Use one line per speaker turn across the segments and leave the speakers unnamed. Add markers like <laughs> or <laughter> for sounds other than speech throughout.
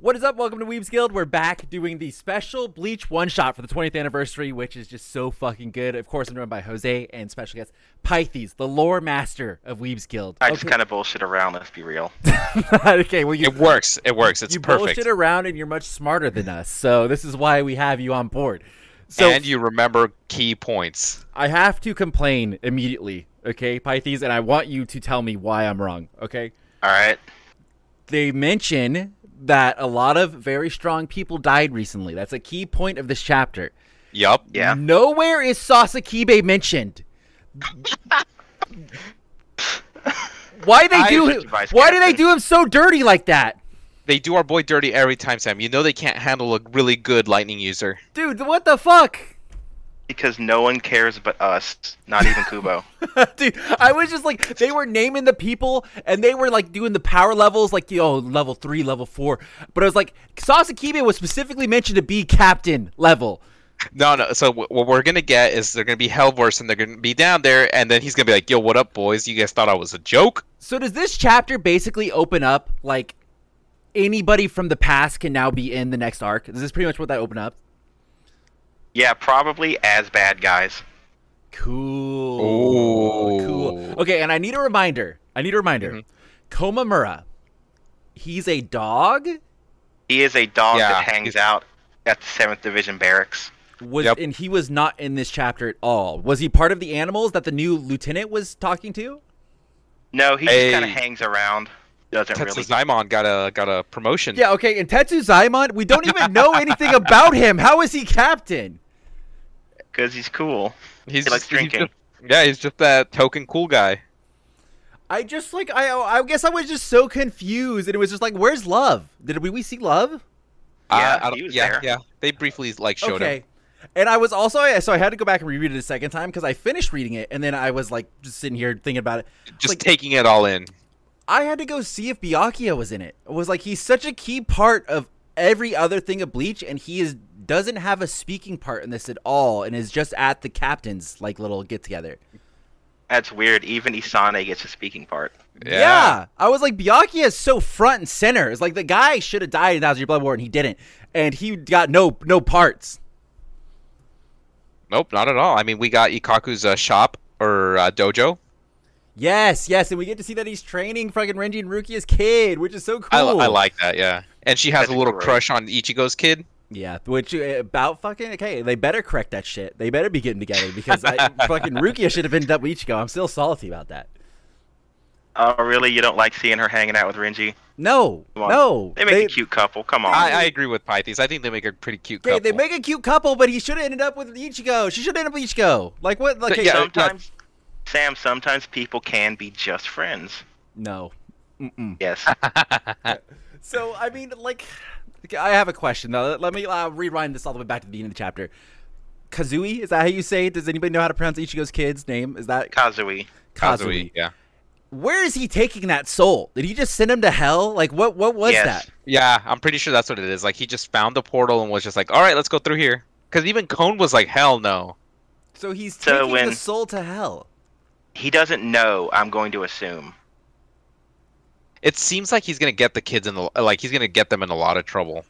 What is up? Welcome to Weebs Guild. We're back doing the special Bleach one shot for the 20th anniversary, which is just so fucking good. Of course, I'm joined by Jose and special guest Pythes, the lore master of Weebs Guild.
I just kind of bullshit around. Let's be real. <laughs>
<laughs> okay, well, you,
It works. It works. It's
you
perfect.
bullshit around and you're much smarter than us. So, this is why we have you on board. So,
and you remember key points.
I have to complain immediately, okay, Pythes, and I want you to tell me why I'm wrong, okay?
All right.
they mention that a lot of very strong people died recently. That's a key point of this chapter.
Yup.
Yeah.
Nowhere is Sasakibe mentioned. why they
I
do
agree with
him,
you, Vice
why do they
Captain.
do him so dirty like that?
They do our boy dirty every time, Sam. You know they can't handle a really good lightning user.
Dude, what the fuck? <laughs>
Because no one cares but us. Not
<laughs>
even Kubo.
Dude, I was just like they were naming the people and they were like doing the power levels like yo level 3, level 4. But I was like Sasakibe was specifically mentioned to be captain level.
No, no. So wh- what we're gonna get is they're gonna be Hellverse, and they're gonna be down there, and then he's gonna be like, "Yo, what up, boys? You guys thought I was a joke?
So does this chapter basically open up like anybody from the past can now be in the next arc? Is this pretty much what that opened up?
yeah, probably as bad guys.
Cool.
Ooh.
Cool. Okay, and I need a reminder. I need a reminder. Komamura. He's a dog?
He is a dog
Yeah,
that hangs
he's-
out at the Seventh Division barracks.
Was
Yep.
and he was not in this chapter at all. Was he part of the animals that the new lieutenant was talking to?
No, he
Hey.
just kind of hangs around. Doesn't
Tetsu
really.
Zaimon got a got a promotion.
Yeah, okay, and Tetsu Zaimon, we don't even <laughs> know anything about him. How is he captain?
Because he's cool.
he's
He likes
just- he's
drinking.
just- yeah, he's just that token cool guy.
I just like I I guess I was just so confused, and it was just like, where's love? Did we, we see love?
Yeah,
I- I don't-
he was
yeah,
there.
yeah. They briefly like showed
okay.
him.
And I was also so I had to go back and reread it a second time because I finished reading it, and then I was like just sitting here thinking about it.
just
like,
taking it all in.
I had to go see if Byakuya was in it. It was like he's such a key part of every other thing of Bleach, and he is doesn't have a speaking part in this at all, and is just at the captain's like little get together.
That's weird. Even Isane gets a speaking part.
Yeah.
I was like, Byakuya is so front and center. It's like the guy should have died in Thousand Year Blood War and he didn't. And he got no no parts.
Nope, not at all. I mean, we got Ikaku's uh, shop or uh, dojo.
Yes, yes, and we get to see that he's training fucking Renji and Rukia's kid, which is so cool.
I, I like that. Yeah, and she has
That's
a little
great.
crush on Ichigo's kid.
Yeah, which uh, about fucking okay. They better correct that shit. They better be getting together because
<laughs>
I, fucking Rukia should have ended up with Ichigo. I'm still salty about that.
Oh, really? You don't like seeing her hanging out with Renji?
No,
Come on.
no,
They make a cute couple. Come on.
I, I agree with Pythes. I think they make a pretty cute
They,
couple.
they make a cute couple, but he should have ended up with Ichigo. She should have ended up with Ichigo. Like what? Like
yeah,
no,
no.
sometimes, Sam, sometimes people can be just friends.
no.
Hmm. <laughs>
Yes.
So I mean, like, okay, I have a question though. Let me uh, rewind this all the way back to the beginning of the chapter. Kazui, is that how you say it? Does anybody know how to pronounce Ichigo's kid's name? Is that
Kazui.
Kazui. Yeah,
Where is he taking that soul? Did he just send him to hell? Like what? What was
Yes.
that?
yeah. I'm pretty sure that's what it is. Like he just found the portal and was just like, "All right, let's go through here." Because even Cone was like, "Hell no."
So he's
So
taking the
when-
soul to hell.
He doesn't know, I'm going to assume.
It seems like he's gonna get the kids in the like he's gonna get them in a lot of trouble.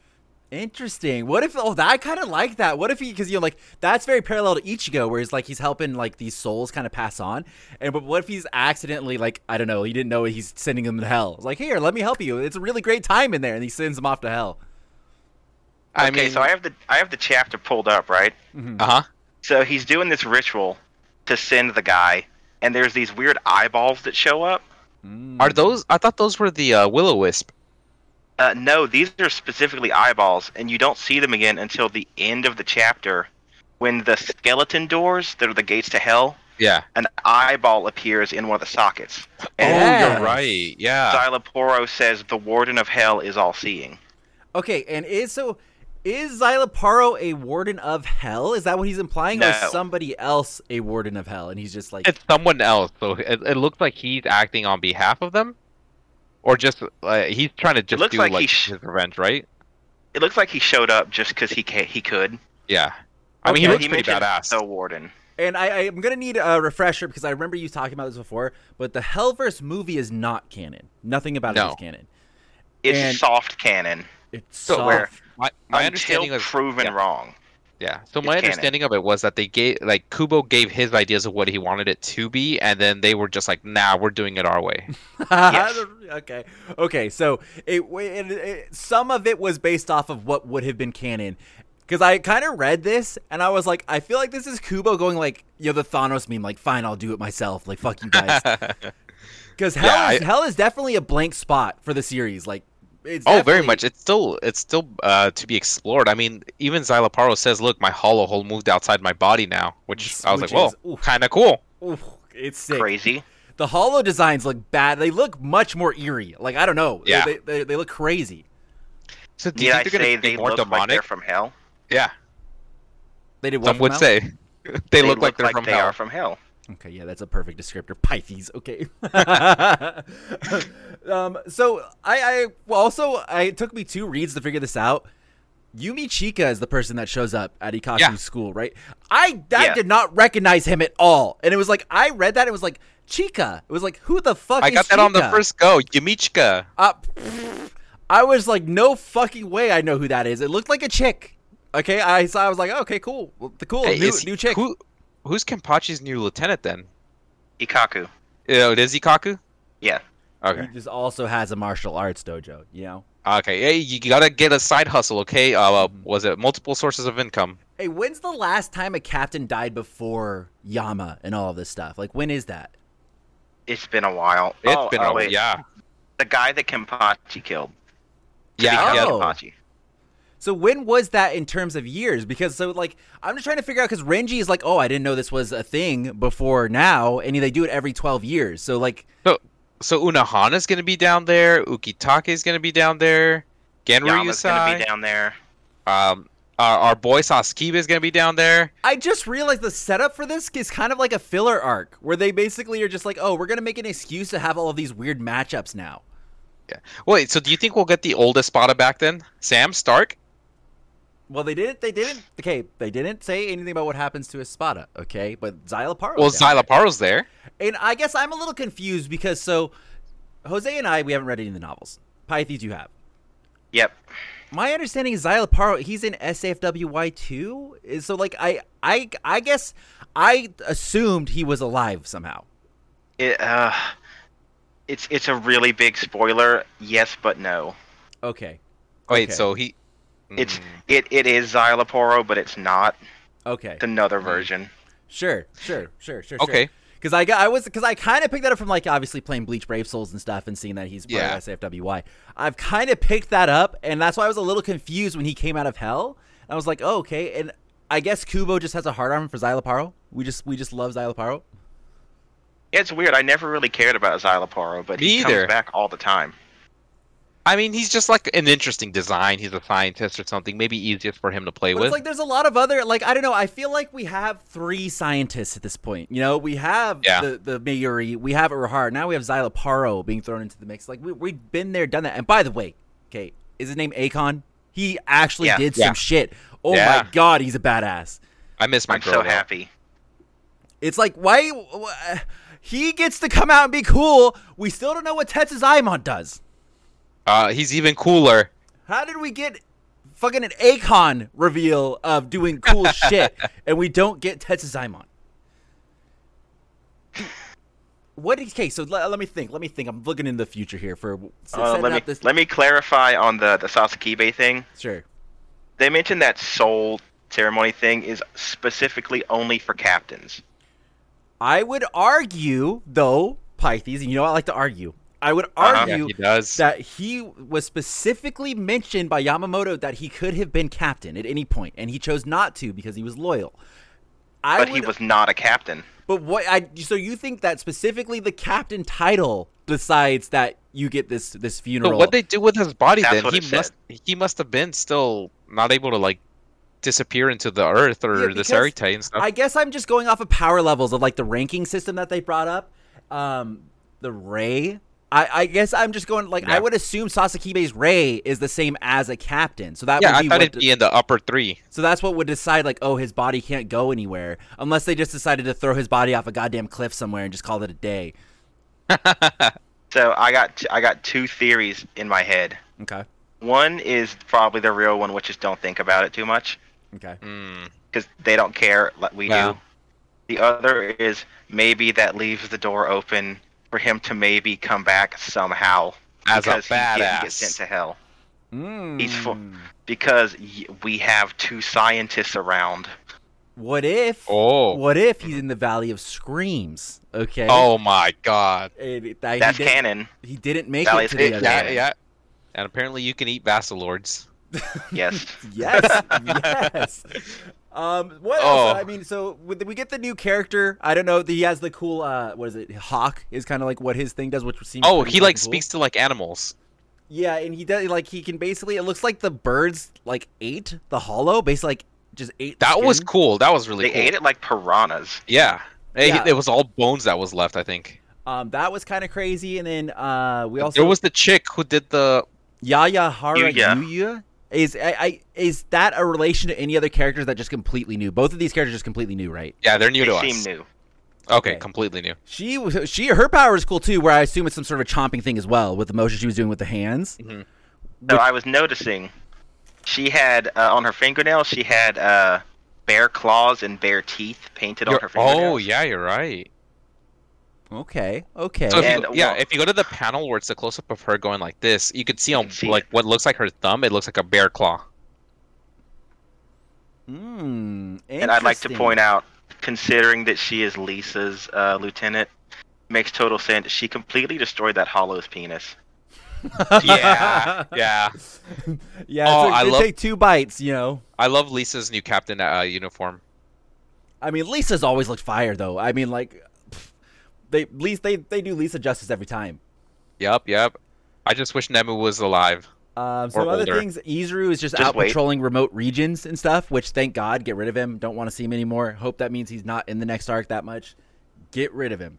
Interesting. What if? Oh, that I kind of like that. What if he? Because you know, like that's very parallel to Ichigo, where he's like he's helping like these souls kind of pass on. And but what if he's accidentally like I don't know, he didn't know he's sending them to hell. It's like here, let me help you. It's a really great time in there, and he sends them off to hell.
I
okay,
mean,
so I have the I have the chapter pulled up, right?
uh huh.
So he's doing this ritual to send the guy, and there's these weird eyeballs that show up.
Are
Mm-hmm.
those? I thought those were the uh, Willow Wisp.
Uh, no, these are specifically eyeballs, and you don't see them again until the end of the chapter, when the skeleton doors that are the gates to hell,
Yeah.
an eyeball appears in one of the sockets.
Oh,
And
Yeah.
you're right. Yeah.
Xyloporo says the warden of hell is all seeing.
Okay, and is so is Xyloparo a warden of hell? Is that what he's implying, or
No.
is somebody else a warden of hell? And he's just like,
It's someone else, so it, it looks like he's acting on behalf of them, or just uh, he's trying to just
looks
do
like
like,
he sh-
his revenge, right?
It looks like he showed up just because he ca- he could.
Yeah. I mean, he
Yeah,
looks pretty
mentioned
badass.
The warden.
and I, I am gonna need a refresher because I remember you talking about this before, but the Hellverse movie is not canon. Nothing about it
No.
is canon.
It's
And-
soft canon
It's
<laughs> So
soft.
where-
<laughs>
my, my
until
understanding was
proven
yeah.
wrong.
Yeah. So
It's
my
canon.
understanding of it was that they gave like Kubo gave his ideas of what he wanted it to be, and then they were just like, "Nah, we're doing it our way."
Yes.
okay. Okay. So it, it, it some of it was based off of what would have been canon. Because I kind of read this and I was like, I feel like this is Kubo going like, you know, the Thanos meme, like, fine, I'll do it myself. Like, fuck you guys.
<laughs>
Because hell,
Yeah,
is,
I-
hell is definitely a blank spot for the series. Like, it's
<laughs> oh, very
definitely-
much. It's still it's still uh, to be explored. I mean, even Xyloparo says, "Look, my hollow hole moved outside my body now," which I was
Which
like,
is-
"Whoa,
oof.
kind of cool."
Oof, it's sick.
Crazy.
The hollow designs look bad. They look much more eerie. Like, I don't know.
Yeah.
They, they, they look crazy.
So do
Did
you
I
think they're
say
going to
they
be more
look like
demonic?
they're from hell?
yeah,
They did what
some
from
would
hell?
say <laughs> they, look, like they're from
they
hell.
are from hell.
Okay, yeah, that's a perfect descriptor. Pythes.
<laughs>
Okay. <laughs> um, so I, I well, also I it took me two reads to figure this out. Yumi Chika is the person that shows up at Ikashi's
Yeah.
school, right? I I
Yeah.
did not recognize him at all, and it was like I read that it was like Chika. It was like who the fuck?
I
is
got that on the
Chika?
first go, Yamichka.
Uh, I was like, no fucking way, I know who that is. It looked like a chick. Okay, I saw. I was like, okay, cool, well, the cool
Hey,
new,
is-
new chick.
Who, who's Kenpachi's new lieutenant then?
Ikaku.
Oh, it is Ikaku.
Yeah.
Okay.
He just also has a martial arts dojo. You know.
Mm-hmm.
Okay, hey, you gotta get a side hustle, okay? Uh, was it multiple sources of income?
Hey, when's the last time a captain died before Yama and all of this stuff? Like, when is that?
It's been a while.
It's
oh,
been
oh,
a
wait.
yeah,
The guy that Kenpachi killed.
yeah,
Because
yeah.
Oh.
Kenpachi.
So when was that in terms of years? Because so like I'm just trying to figure out because Renji is like, oh, I didn't know this was a thing before now, and they do it every 12 years. So like,
So, so Unohana's gonna be down there. Ukitake's gonna be down there.
Yama's gonna be
Genryusai.
down there.
Um, our, our boy Saskiba's gonna be down there.
I just realized the setup for this is kind of like a filler arc where they basically are just like, oh, we're gonna make an excuse to have all of these weird matchups now.
Wait, so do you think we'll get the oldest Spada back then? Sam Stark?
Well, they didn't. They didn't. Okay, they didn't say anything about what happens to Espada. Okay, but Xyloparo.
Well,
was down there.
Xyloparo's there.
And I guess I'm a little confused because so Jose and I we haven't read any of the novels. Pythes, you have.
Yep.
My understanding is Xyloparo, he's in SAFWY two. So like I I I guess I assumed he was alive somehow.
It, uh, it's it's a really big spoiler. Yes, but no.
Okay.
Wait,
Okay.
so he.
It's
Mm.
it, it is Xyloporo, but it's not.
Okay.
It's another
Hmm.
version.
Sure. Sure. Sure. Sure.
okay.
Because I got I was because I kind of picked that up from like obviously playing Bleach Brave Souls and stuff and seeing that he's part
Yeah.
of SAFWY. I've kind of picked that up and that's why I was a little confused when he came out of hell. I was like, oh, okay, and I guess Kubo just has a hard on for Xyloparo. We just we just love Xyloparo.
It's weird. I never really cared about Xyloporo, but he
Me
comes
either.
back all the time.
I mean, he's just like an interesting design. He's a scientist or something. Maybe easiest for him to play
But
with.
it's like there's a lot of other like I don't know. I feel like we have three scientists at this point. You know, we have
Yeah.
the the Mayuri, we have Urhara, now we have Xyloparo being thrown into the mix. Like we we've been there, done that. And by the way, okay, is his name Akon? He actually
Yeah.
did
Yeah.
some shit. Oh
Yeah.
my god, he's a badass.
I miss my
I'm
girl.
so
though.
happy.
It's like why wh- he gets to come out and be cool. We still don't know what Tetsu's Aimon does.
Uh, he's even cooler.
How did we get fucking an Akon reveal of doing cool
<laughs>
shit and we don't get Tetsu's Aimon? What is okay? So let, let me think. Let me think. I'm looking in the future here for s-
Uh,
setting
let me
up this.
let me clarify on the the Sasakibe thing.
sure.
They mentioned that soul ceremony thing is specifically only for captains.
I would argue though, Pythes, and you know I like to argue. I would
Uh-huh.
Yeah,
argue
he does.
that he was specifically mentioned by Yamamoto that he could have been captain at any point, and he chose not to because he was loyal. I
But he
would-
was not a captain.
But what I so you think that specifically the captain title decides that you get this this funeral.
But what they do with his body
That's
then?
what
He
it said.
must he must have been still not able to like disappear into the earth
Yeah,
or the
because
Sarite and stuff.
I guess I'm just going off of power levels of like the ranking system that they brought up. Um, the Ray. I, I guess I'm just going like I
Yeah.
would assume Sasakibe's Ray is the same as a captain, so that
yeah,
would
I
be
thought
what
it'd be in the upper three.
So that's what would decide, like, oh, his body can't go anywhere, unless they just decided to throw his body off a goddamn cliff somewhere and just call it a day.
So I got t- I got two theories in my head.
Okay.
One is probably the real one, which is don't think about it too much
Okay.
Mm.
because they don't care like we
Yeah.
do. The other is maybe that leaves the door open for him to maybe come back somehow
As a
because he didn't
badass.
get sent to hell.
Mm.
He's full.
Hmm.
Because y- we have two scientists around.
What if?
Oh.
What if he's in the Valley of Screams? Okay.
Oh my god.
And it- that-
That's
he, didn't-
<laughs>
canon.
he didn't make
Valley
it
of
to the
Screams,
other.
Yeah,
Yeah.
yeah. And apparently you can eat Vassalords.
Yes.
Yes, yes. Um, what else?
Oh.
I mean, so with- we get the new character. I don't know. He has the cool. Uh, what is it? Hawk is kind of like what his thing does, which seems.
Oh,
pretty
he like
fucking cool.
speaks to like animals.
Yeah, and he does like he can basically. It looks like the birds like ate the hollow, basically like just ate. the
That was
skin.
cool. That was really
They
cool.
ate it like piranhas.
Yeah. It,
Yeah.
it was all bones that was left, I think.
Um, that was kind of crazy. And then uh, we also
there was the chick who did the
Yaya Hara
Yuya.
Yuya. Is I, I is that a relation to any other characters that just completely new? Both of these characters just completely new, right?
Yeah, they're new
They
to
seem
us.
new.
Okay,
Okay.
completely new.
She was she her power is cool too, where I assume it's some sort of a chomping thing as well with the motion she was doing with the hands.
Mm-hmm. So I was noticing she had uh, on her fingernail, she had uh, bear claws and bear teeth painted on
You're-
her fingernails.
oh yeah, you're right.
Okay, okay.
So if
And
you, go- yeah,
well-
if you go to the panel where it's a close up of her going like this, you could see on
can see
like what looks like her thumb. It looks like a
<laughs>
bear claw.
Mm,
And I'd like to point out, considering that she is Lisa's uh, lieutenant, makes total sense. She completely destroyed that Hollow's penis.
yeah, <laughs> yeah.
Yeah,
Oh,
it took,
I
it
love-
take two bites, you know.
I love Lisa's new captain uh, uniform.
I mean, Lisa's always looked fire, though. I mean, like, pff, they Lisa, they they do Lisa justice every time.
Yep, yep. I just wish Nemu was alive.
Um, some
Or
other
older.
things, Izuru is just,
Just
out
wait.
patrolling remote regions and stuff. Which, thank God, get rid of him. Don't want to see him anymore. Hope that means he's not in the next arc that much. Get rid of him.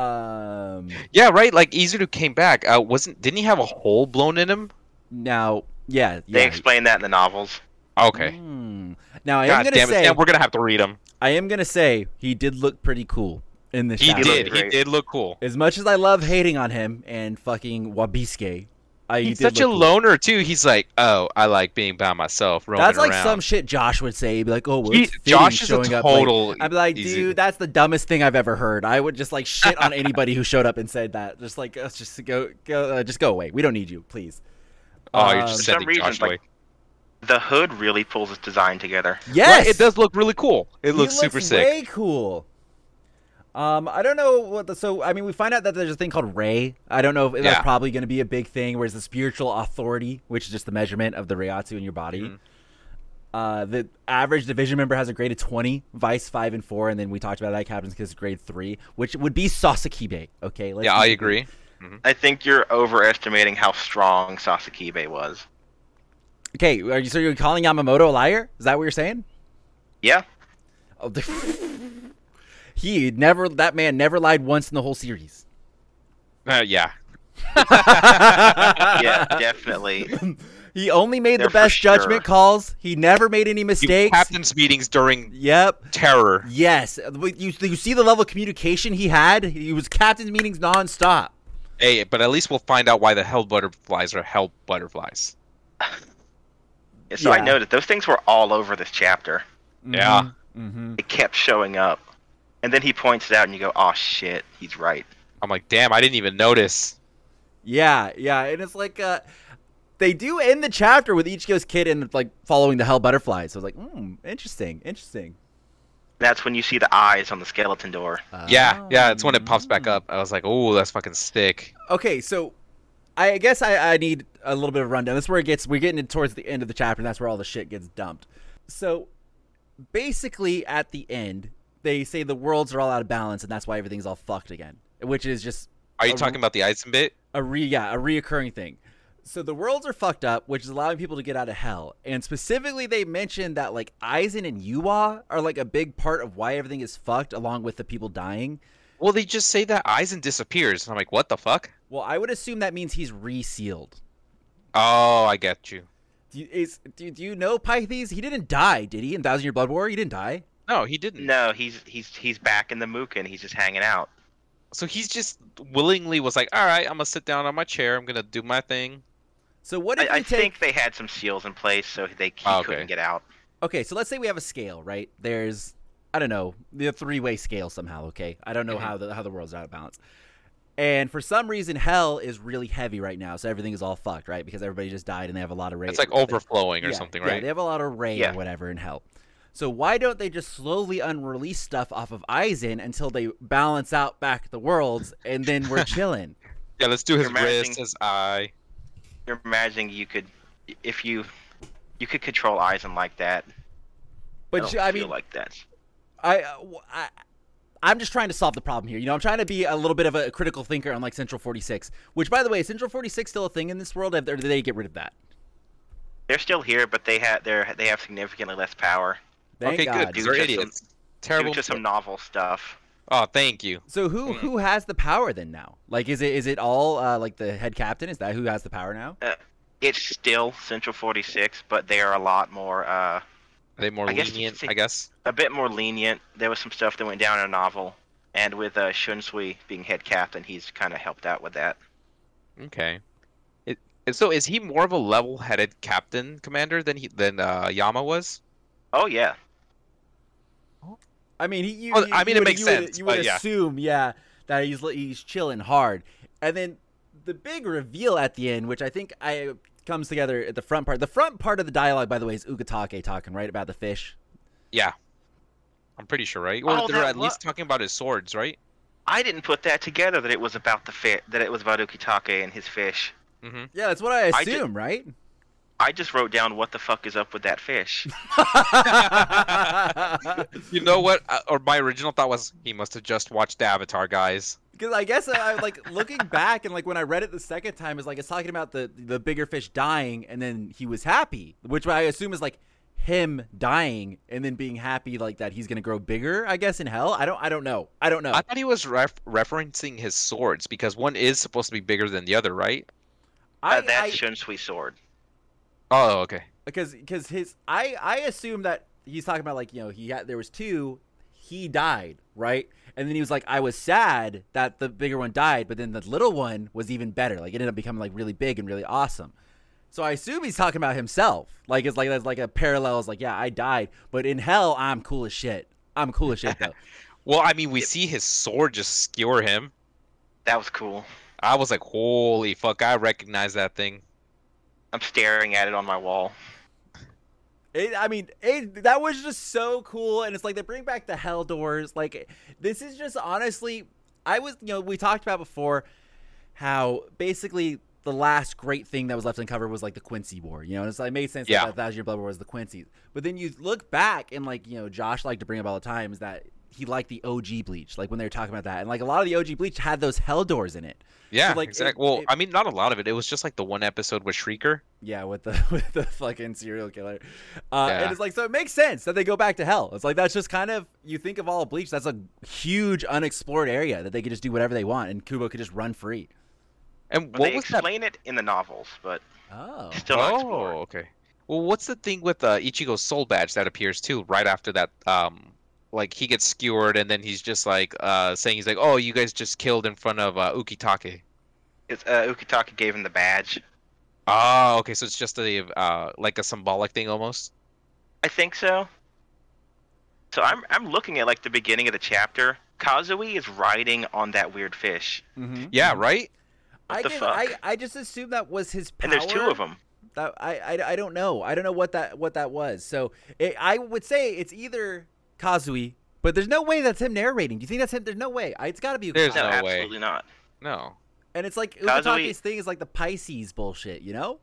Um,
Yeah, right. Like Izuru came back. Uh, wasn't didn't he have a hole blown in him?
now, yeah, yeah.
They explain that in the novels.
Okay.
Hmm. Now I
God
am gonna
damn it!
say,
Sam, we're gonna have to read him.
I am gonna say he did look pretty cool in this.
He
chapter.
did.
looked
He
great.
did look cool.
As much as I love hating on him and fucking Wabiske, I
He's such a loner too. He's like, oh, I like being by myself. Roaming
That's like
around.
some shit Josh would say. He'd be like, "Oh, well,
He-
it's fitting
Josh is a
showing up."
total
Like, I'd be like,
easy-
"Dude, that's the dumbest thing I've ever heard." I would just like shit on anybody who showed up and said that. Just like, "Let's just go, go, uh, just go away. We don't need you, please."
Oh, you're
Um,
just
For some
sending
reason,
Josh away.
like, The hood really pulls its design together.
Yes,
Right, it does look really cool. It
He
looks, super sick.
Way cool. Um, I don't know what the so I mean we find out that there's a thing called Ray. I don't know if that's
Yeah.
probably going to be a big thing. Whereas the spiritual authority, which is just the measurement of the Reiatsu in your body.
Mm-hmm.
Uh, the average division member has a grade of 20, Vice 5 and 4, and then we talked about that captain's kiss grade 3, which would be Sasakibe. Okay, let's
yeah,
keep
I
it-
agree.
I think you're overestimating how strong Sasakibe was.
Okay, are you so you're calling Yamamoto a liar? Is that what you're saying?
Yeah,
Oh,
<laughs>
he never that man never lied once in the whole series.
Uh, yeah.
<laughs>
yeah, definitely.
He only made
They're
the
for
best
sure.
judgment calls. He never made any
You-
mistakes.
Captain's meetings during
Yep.
terror.
Yes. But You, you see the level of communication he had? He was captain's meetings nonstop.
Hey, but at least we'll find out why the hell butterflies are hell butterflies.
Yeah, So
Yeah.
I noticed those things were all over this chapter.
Yeah.
Mm-hmm.
It kept showing up. And then he points it out, and you go, oh shit, he's right.
I'm like, damn, I didn't even notice.
Yeah, yeah. And it's like uh they do end the chapter with Ichigo's kid and like following the hell butterflies. So I was like, hmm, interesting, interesting.
That's when you see the eyes on the skeleton door.
Uh.
yeah, yeah, it's when it pops
up.
back up. I was like, oh, that's fucking sick.
okay, so I guess I, I need a little bit of rundown. That's where it gets. We're getting it towards the end of the chapter. And that's where all the shit gets dumped. So basically, at the end, they say the worlds are all out of balance, and that's why everything's all fucked again. Which is just
Are you
a-
talking about the Aizen bit?
a re yeah a reoccurring thing so the worlds are fucked up which is allowing people to get out of hell and specifically they mentioned that like aizen and yuwa are like a big part of why everything is fucked along with the people dying
Well, they just say that Aizen disappears, and I'm like, what the fuck?
well i would assume that means he's resealed
Oh, I get you.
do you, is, do, do you know pythes he didn't die did he in thousand year blood war he didn't die
No, he didn't.
No, he's he's he's back in the Mook and he's just hanging out.
So he's just willingly was like, all right, I'm gonna sit down on my chair. I'm gonna do my thing.
so what
I,
if
I
you take Ah,
think they had some seals in place, so they he
Oh, okay.
couldn't get out.
okay so let's say we have a scale right there's i don't know the three-way scale somehow okay i don't know
Mm-hmm.
how the how the world's out of balance and for some reason hell is really heavy right now so everything is all fucked right because everybody just died and they have a lot of rage
It's like overflowing or
yeah,
something,
yeah
right?
they have a lot of rain
Yeah.
or whatever in hell so why don't they just slowly unrelease stuff off of Aizen until they balance out back the worlds and then
<laughs>
we're chilling
Yeah, let's do his
Imagine-
wrist, his eye.
You're imagining you could, if you, you could control Aizen like that. I,
but
don't
you- I
feel
mean
like that.
I, uh, w- I, I'm just trying to solve the problem here. You know, I'm trying to be a little bit of a critical thinker on like Central 46, which, by the way, is Central 46 still a thing in this world? Or did they get rid of that?
They're still here, but they had they they have significantly less power.
Thank
okay,
God.
good. 'cause
Dude,
They're
just
idiots.
Due
Terrible.
to some novel stuff.
Oh, thank you.
So who
Mm-hmm.
who has the power then now? Like, is it is it all uh, like the head captain? Is that who has the power now?
Uh, it's still Central 46, but they are a lot more, uh,
Are they more
I guess you could
lenient?
say-
I guess.
a bit more lenient. There was some stuff that went down in a novel, and with uh, Shunsui being head captain, he's kind of helped out with that.
Okay. It, so is he more of a level-headed captain commander than he than uh, Yama was?
Oh yeah,
I mean, he, you,
Well,
you-
Oh, I mean,
you
it
would-
makes
you would-
sense,
you would
but yeah.
assume, yeah, that he's li- he's chilling hard, and then the big reveal at the end, which I think I comes together at the front part. The front part of the dialogue, by the way, is Ukatake talking right about the fish.
Yeah. I'm pretty sure, right? Or
Oh,
they're
that
at
wa-
least talking about his swords, right?
I didn't put that together that it was about the fit that it was about Ukitake and his fish.
Mm-hmm.
Yeah, that's what I
I did-
assume, right? <laughs>
I just wrote down what the fuck is up with that
<laughs>
fish.
Because
You know what? Uh, or my original thought was he must have just watched Avatar, guys.
I guess I like looking back and like when I read it the second time is like it's talking about the the bigger fish dying and then he was happy, which I assume is like him dying and then being happy like that he's gonna grow bigger. I guess in hell, I don't I don't know. I don't know.
I thought he was ref- referencing his swords because one is supposed to be bigger than the other, right?
I,
uh,
I-
that's Shunsui sword.
Oh, okay.
because because his I I assume that he's talking about like you know he had there was two, he died right, and then he was like I was sad that the bigger one died, but then the little one was even better. Like it ended up becoming like really big and really awesome. So I assume he's talking about himself. Like it's like that's like a parallel. It's like yeah I died, but in hell I'm cool as shit. I'm cool as shit though.
Well, I mean, we see his sword just skewer him.
That was cool.
I was like, holy fuck, I recognize that thing.
I'm staring at it on my wall.
It, I mean, it, that was just so cool, and it's like they bring back the hell doors. Like this is just honestly, I was you know we talked about before how basically the last great thing that was left uncovered was like the Quincy War. You know, and it's like it made sense
Yeah.
that the Thousand Year Blood War was the Quincy's, but then you look back and like you know Josh liked to bring up all the time is that he liked the OG Bleach, like when they were talking about that, and like a lot of the OG Bleach had those hell doors in it.
Yeah,
like, it-
exactly. Well,
it-
I mean, not a lot of it. It was just like the one episode with Shrieker.
Yeah, with the <laughs> with the fucking serial killer, uh,
Yeah.
and it's like so it makes sense that they go back to hell. It's like that's just kind of you think of all of Bleach. That's a huge unexplored area that they could just do whatever they want, and Kubo could just run free.
And
But
what
they
was that?
explain it in the novels, but
Oh,
still not explored.
oh, okay. Well, what's the thing with uh, Ichigo's soul badge that appears too right after that? Um, like he gets skewered, and then he's just like uh, saying he's like, "Oh, you guys just killed in front of uh, Ukitake."
It's, uh, Ukitake gave him the badge.
Oh, okay. So it's just a uh, like a symbolic thing almost.
I think so. So I'm I'm looking at like the beginning of the chapter. Kazui is riding on that weird fish,
mm-hmm.
Yeah, right.
I,
the
can,
fuck?
I I just assumed that was his power.
and there's two of them.
That, I, I I don't know. I don't know what that what that was. So it, I would say it's either Kazui, but there's no way that's him narrating. Do you think that's him? There's no way. I, it's got to be.
There's
No,
no
Ukitake.
way.
absolutely not.
No.
And it's like
Kazui-
Ukitake's thing is like the Pisces bullshit, you know.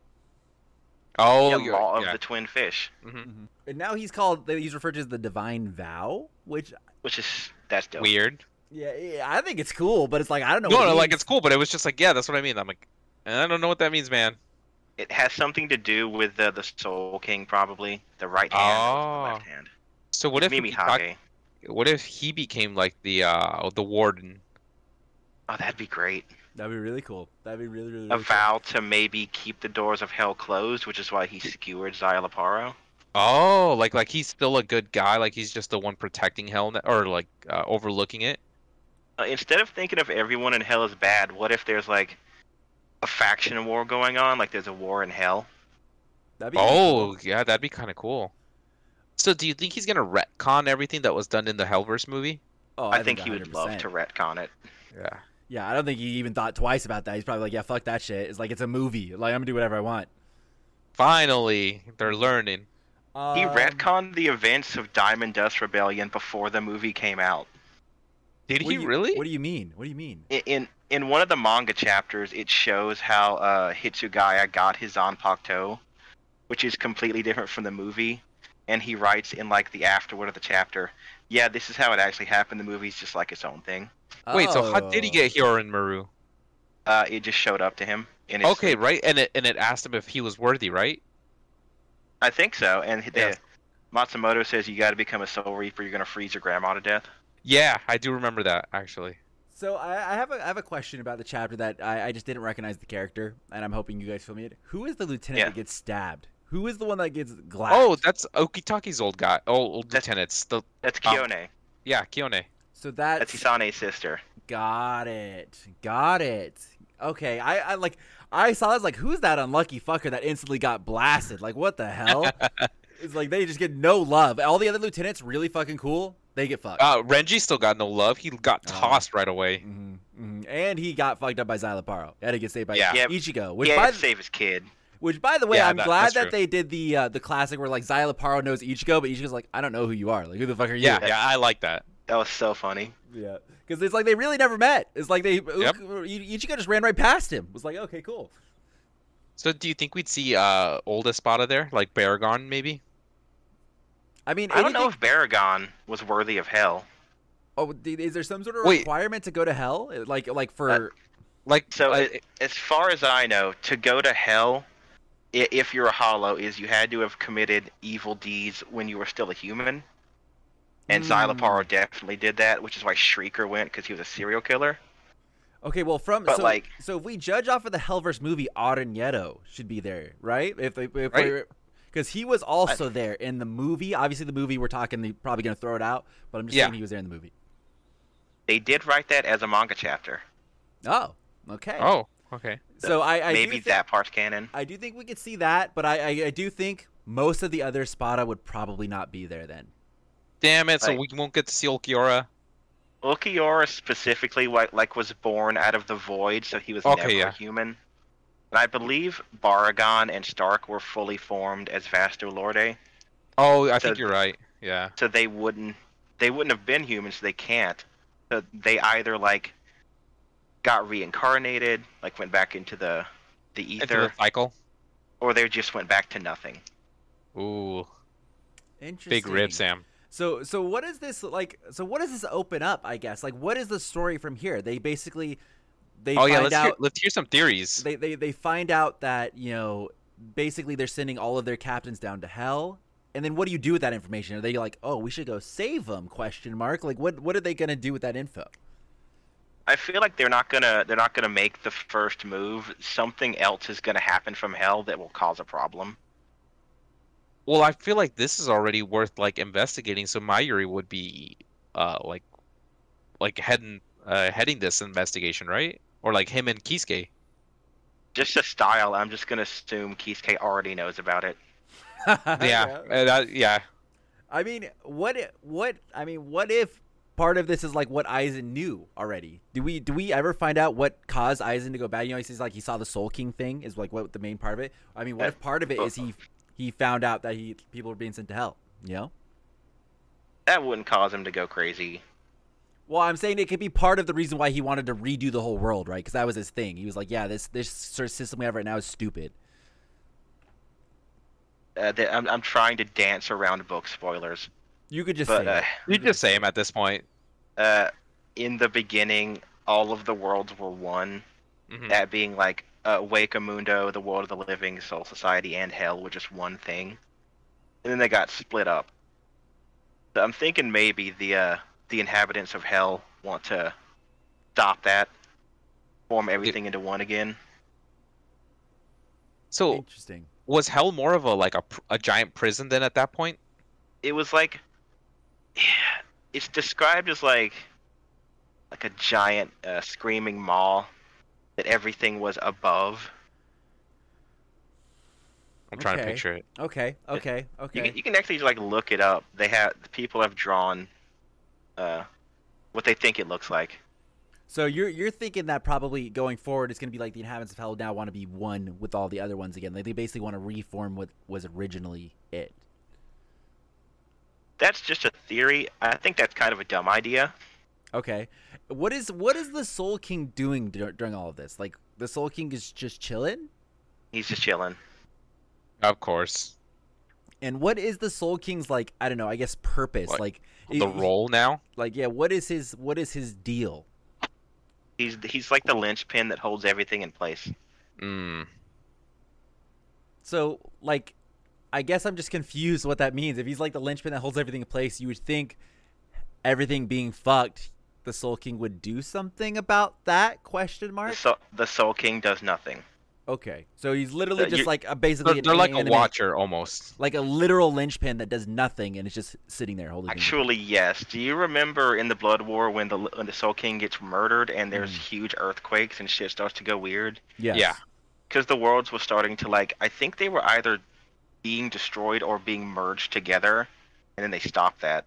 Oh,
Yeah,
you're-
law of
yeah.
the twin fish,
Mhm.
And now he's called, he's referred to as the Divine Vow, which
which is that's dope.
Weird.
Yeah, yeah, I think it's cool, but it's like I don't know.
No,
what
no,
it
like
means.
it's cool, but it was just like, yeah, that's what I mean. I'm like, and I don't know what that means, man.
It has something to do with the, the Soul King, probably the right hand, versus the
Oh.
left hand.
So what if
Mimi
he got-
Hage.
what if he became like the uh the warden?
Oh, that'd be great.
that'd be really cool. That'd be really really.
A
really
vow to maybe keep the doors of hell closed, which is why he skewered Xia Laparo.
Oh, like like he's still a good guy, like he's just the one protecting hell n- or like uh, overlooking it.
Uh, instead of thinking of everyone in hell as bad, what if there's like a faction war going on? Like there's a war in hell.
cool. That'd be
Oh, yeah, that'd be kind of cool. So do you think he's gonna retcon everything that was done in the Hellverse movie?
oh,
I, think, he would love
100%.
to retcon it.
Yeah.
Yeah, I don't think he even thought twice about that. He's probably like, yeah, fuck that shit. It's like it's a movie. Like I'm gonna do whatever I want.
Finally, they're learning.
Um,
he retconned the events of Diamond Dust Rebellion before the movie came out.
Did
what
he
do you-
really?
What do you mean? What do you mean?
I- In in one of the manga chapters, it shows how uh, Hitsugaya got his Zanpakuto, which is completely different from the movie. And he writes in like the afterword of the chapter, "Yeah, this is how it actually happened. The movie's just like its own thing.
Wait, so how did he
Oh.
get Hyorin Maru?
Uh, it just showed up to him." In his
Okay,
sleep.
right, and it and it asked him if he was worthy, right?
I think so. And the,
Yeah.
Matsumoto says you got to become a Soul Reaper. You're gonna freeze your grandma to death.
Yeah, I do remember that actually.
So I, I have a I have a question about the chapter that I, I just didn't recognize the character, and I'm hoping you guys fill me in. Who is the lieutenant
Yeah.
that gets stabbed? Who is the one that gets glass?
Oh, that's Okitaki's old guy, old, old
That's-
lieutenant. It's the
That's
Um,
Kyone.
yeah, Kione.
so that's,
That's Isane's sister.
got it, got it. Okay, I, I like I saw I was like, who's that unlucky fucker that instantly got blasted? Like what the
<laughs>
hell? it's like they just get no love. All the other lieutenants really fucking cool. They get fucked.
Uh, Renji still got no love. He got
Oh.
tossed right away.
hmm hmm And he got fucked up by Xyloparo. Had to get saved by
Yeah.
Yeah.
Ichigo. Which
yeah,
by
to save his kid.
Which, by the way,
Yeah,
I'm
that-
glad
that's
that
true.
they did the uh, the classic where like Xyloparo knows Ichigo, but Ichigo's like, I don't know who you are. Like, who the fuck are you?
Yeah, yeah, I like that.
That was so funny.
yeah. Because it's like they really never met. It's like they
Yep.
I- Ichigo just ran right past him. Was like, okay, cool.
So, do you think we'd see uh, old Espada there, like Baragon, maybe?
I mean,
I don't know
anything-
if Baragon was worthy of hell.
oh, d- is there some sort of
Wait.
requirement to go to hell? Like, like for
Uh,
Like,
So,
uh,
a- as far as I know, to go to hell, i- if you're a hollow, is you had to have committed evil deeds when you were still a human. And
Mm.
Xyloparo definitely did that, which is why Shrieker went because he was a serial killer.
okay, well, from
but,
so,
like-
so if we judge off of the Hellverse movie, Aranyeto should be there, right? If they, if
Right.
Because he was also there in the movie. Obviously, the movie we're talking, they probably going to throw it out, but I'm just
Yeah.
saying he was there in the movie.
They did write that as a manga chapter.
Oh, okay.
oh, okay.
So I, I do
Maybe
think,
that part's canon.
I do think we could see that, but I, I, I do think most of the other Spada would probably not be there then.
Damn it! so
Like-
we won't get to see Olkiora.
Okiora specifically, like, like was born out of the void, so he was
Okay,
never
yeah.
a human. And I believe Baragon and Stark were fully formed as Vasto Lorde.
Oh, I
So-
think you're right. Yeah.
so they wouldn't they wouldn't have been humans they can't so they either like got reincarnated like went back into the the
Into the
ether
cycle.
or they just went back to nothing
Ooh,
Interesting.
big rib, Sam.
So so what is this like so what does this open up, I guess? Like what is the story from here? They basically they
Oh
find
yeah, let's
out
hear, let's hear some theories.
they, they they find out that, you know, basically they're sending all of their captains down to hell. And then what do you do with that information? Are they like, "Oh, we should go save them?" question mark. Like what what are they going to do with that info?
i feel like they're not gonna they're not gonna make the first move something else is gonna happen from hell that will cause a problem
Well, I feel like this is already worth like investigating. So Mayuri would be uh like like heading uh heading this investigation, right? Or like him and Kisuke.
just a style i'm just gonna assume Kisuke already knows about it
<laughs>
Uh-huh.
Yeah. uh, that- yeah.
I mean, what i- what I mean, what if part of this is like what Eisen knew already? Do we do we ever find out what caused Eisen to go bad? You know, he says like he saw the Soul King thing is like what the main part of it. I mean, what if part of it is he he found out that he people were being sent to hell? You know.
that wouldn't cause him to go crazy
Well, I'm saying it could be part of the reason why he wanted to redo the whole world, right? Because that was his thing. He was like, "Yeah, this this sort of system we have right now is stupid."
uh, that I'm, I'm trying to dance around book spoilers
You could just
but
say,
uh,
it.
You just say him at this point.
uh, in the beginning all of the worlds were one.
Mhm.
That being like uh, Wakamundo, the world of the living, Soul Society, and Hell were just one thing, and then they got split up. So I'm thinking maybe the uh, the inhabitants of Hell want to stop that, form everything into one again.
So
Interesting.
was hell more of a like a, pr- a giant prison then at that point?
It was like, it's described as like like a giant uh, screaming maw that everything was above.
I'm trying to
Okay.
picture it.
Okay. Okay.
You
Okay.
can, you can actually like look it up. They have the people have drawn uh, what they think it looks like.
So you're you're thinking that probably going forward it's going to be like the inhabitants of hell now want to be one with all the other ones again. Like they basically want to reform what was originally it.
That's just a theory. I think that's kind of a dumb idea.
Okay. What is what is the Soul King doing dur- during all of this? Like the Soul King is just chilling?
He's just chilling.
Of course,
And what is the Soul King's like, I don't know, I guess purpose?
Like,
Like
the
he-
role now.
Like yeah, what is his what is his deal?
He's he's like the linchpin that holds everything in place.
Mm.
So like I guess I'm just confused what that means. If he's like the linchpin that holds everything in place, you would think everything being fucked, the Soul King would do something about that question
The
mark.
Soul, the Soul King does nothing.
Okay. So he's literally
Uh,
just
you-
like a
They're,
basically an
they're like a
inanimate-
watcher almost.
like a literal linchpin that does nothing and it's just sitting there holding things.
Actually, yes. Do you remember in the Blood War when the when the Soul King gets murdered and there's huge earthquakes and shit starts to go weird?
Yes.
Yeah.
because the worlds were starting to like i think they were either being destroyed or being merged together and then they stopped that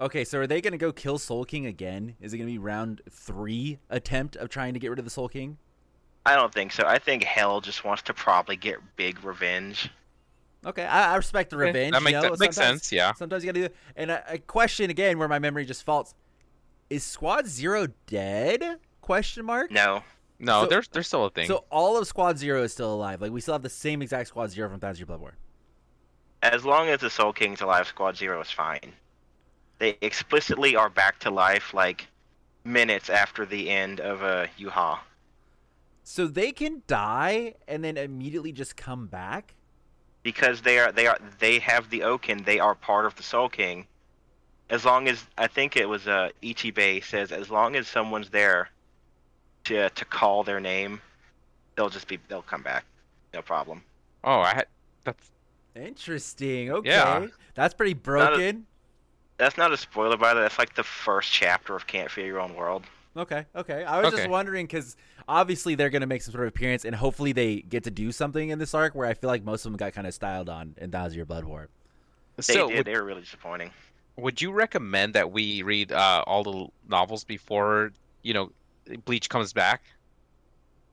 Okay, so are they going to go kill Soul King again? Is it going to be round 3 attempt of trying to get rid of the Soul King?
i don't think so i think hell just wants to probably get big revenge
Okay, I, I respect the
Okay,
revenge.
that makes-
you know,
that makes
sometimes-
sense, yeah.
Sometimes you gotta do. And a, a question again where my memory just faults: Is Squad Zero dead? Question mark.
no
No,
So-
there's there's still a thing.
So all of Squad Zero is still alive. Like we still have the same exact Squad Zero from Thousand Year Blood War.
as long as the soul king's alive squad zero is fine they explicitly are back to life like minutes after the end of uh, yuha
So they can die and then immediately just come back.
because they are they are they have the Oaken, they are part of the Soul King. As long as I think it was uh, Ichibei says, as long as someone's there to to call their name, they'll just be they'll come back, no problem.
oh, I had that's
Interesting. Okay,
Yeah.
that's pretty broken.
That's not a spoiler, by the way. That's like the first chapter of Can't Fear Your Own World.
Okay, okay. I was
Okay.
just wondering because obviously they're gonna make some sort of appearance, and hopefully they get to do something in this arc where I feel like most of them got kind of styled on in Thousand Year Blood War.
They
so.
did.
Would,
They were really disappointing.
would you recommend that we read uh, all the l- novels before you know Bleach comes back?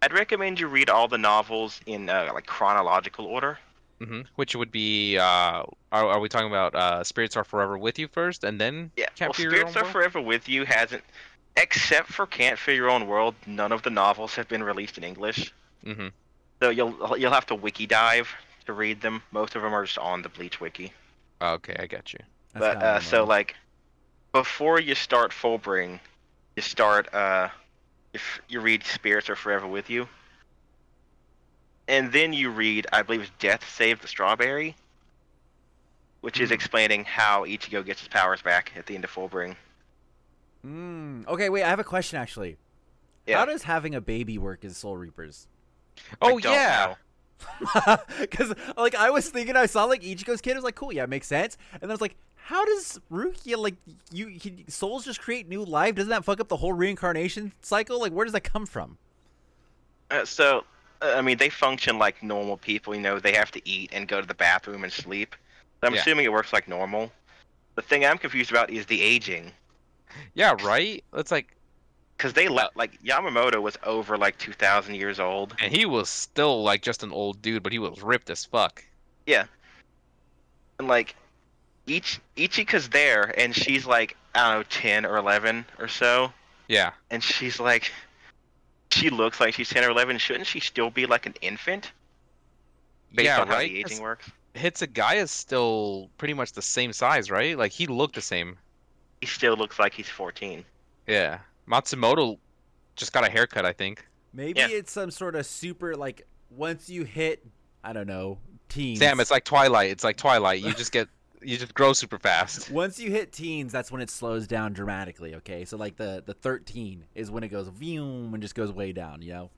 I'd recommend you read all the novels in uh, like chronological order.
hmm Which would be uh, are, are we talking about uh, spirits are forever with you first, and then
Yeah.
Can't
well,
Fear Your
Spirits
Own
Are
World?
Forever with You hasn't, except for Can't Fear Your Own World. None of the novels have been released in English.
Mhm.
So you'll you'll have to wiki dive to read them. Most of them are just on the Bleach wiki.
okay, I got you.
That's
but
kinda
uh, so
annoying.
like, before you start Fullbring, you start uh, if you read Spirits Are Forever with You, and then you read I believe it's Death Save the Strawberry, which
Hmm.
is explaining how Ichigo gets his powers back at the end of Fullbring.
Mm, okay, wait. I have a question actually.
Yeah.
How does having a baby work as Soul Reapers? <laughs>
Oh
don't
yeah,
know.
Because like I was thinking, I saw like Ichigo's kid. I was like, cool, yeah, it makes sense. And then I was like, how does Rukia like you? He, souls just create new life. Doesn't that fuck up the whole reincarnation cycle? Like, where does that come from?
Uh, so, uh, I mean, they function like normal people. You know, they have to eat and go to the bathroom and sleep. I'm
Yeah.
assuming it works like normal. The thing I'm confused about is the aging,
yeah, right. It's like,
because they le- like Yamamoto was over like 2,000 years old.
and he was still like just an old dude, but he was ripped as fuck.
and like each Ichika's there and she's like I don't know ten or eleven or so,
Yeah,
and she's like she looks like she's ten or eleven. Shouldn't she still be like an infant based
yeah,
on how
right.
the aging works?
Hitsugai is still pretty much the same size, right? Like he looked the same.
He still looks like he's fourteen.
Yeah. Matsumoto just got a haircut, I think.
Maybe
Yeah.
it's some sort of super like once you hit I don't know teens.
Sam, it's like Twilight. It's like Twilight. You just get you just grow super fast.
once you hit teens, that's when it slows down dramatically. Okay, so like the the thirteen is when it goes vroom and just goes way down. You know,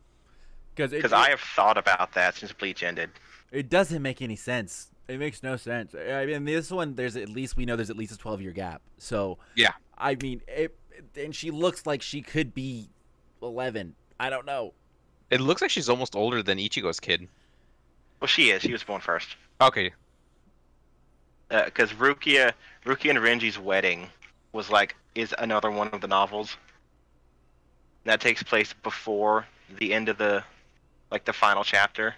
because it,
Because I have thought about that since Bleach ended.
it doesn't make any sense. It makes no sense. I mean, this one there's at least we know there's at least a twelve year gap. So
Yeah.
I mean, it and she looks like she could be eleven. I don't know.
It looks like she's almost older than Ichigo's kid.
Well, she is. She was born first.
Okay.
Because Rukia, Rukia and Renji's wedding was like is another one of the novels. That takes place before the end of the, like the final chapter.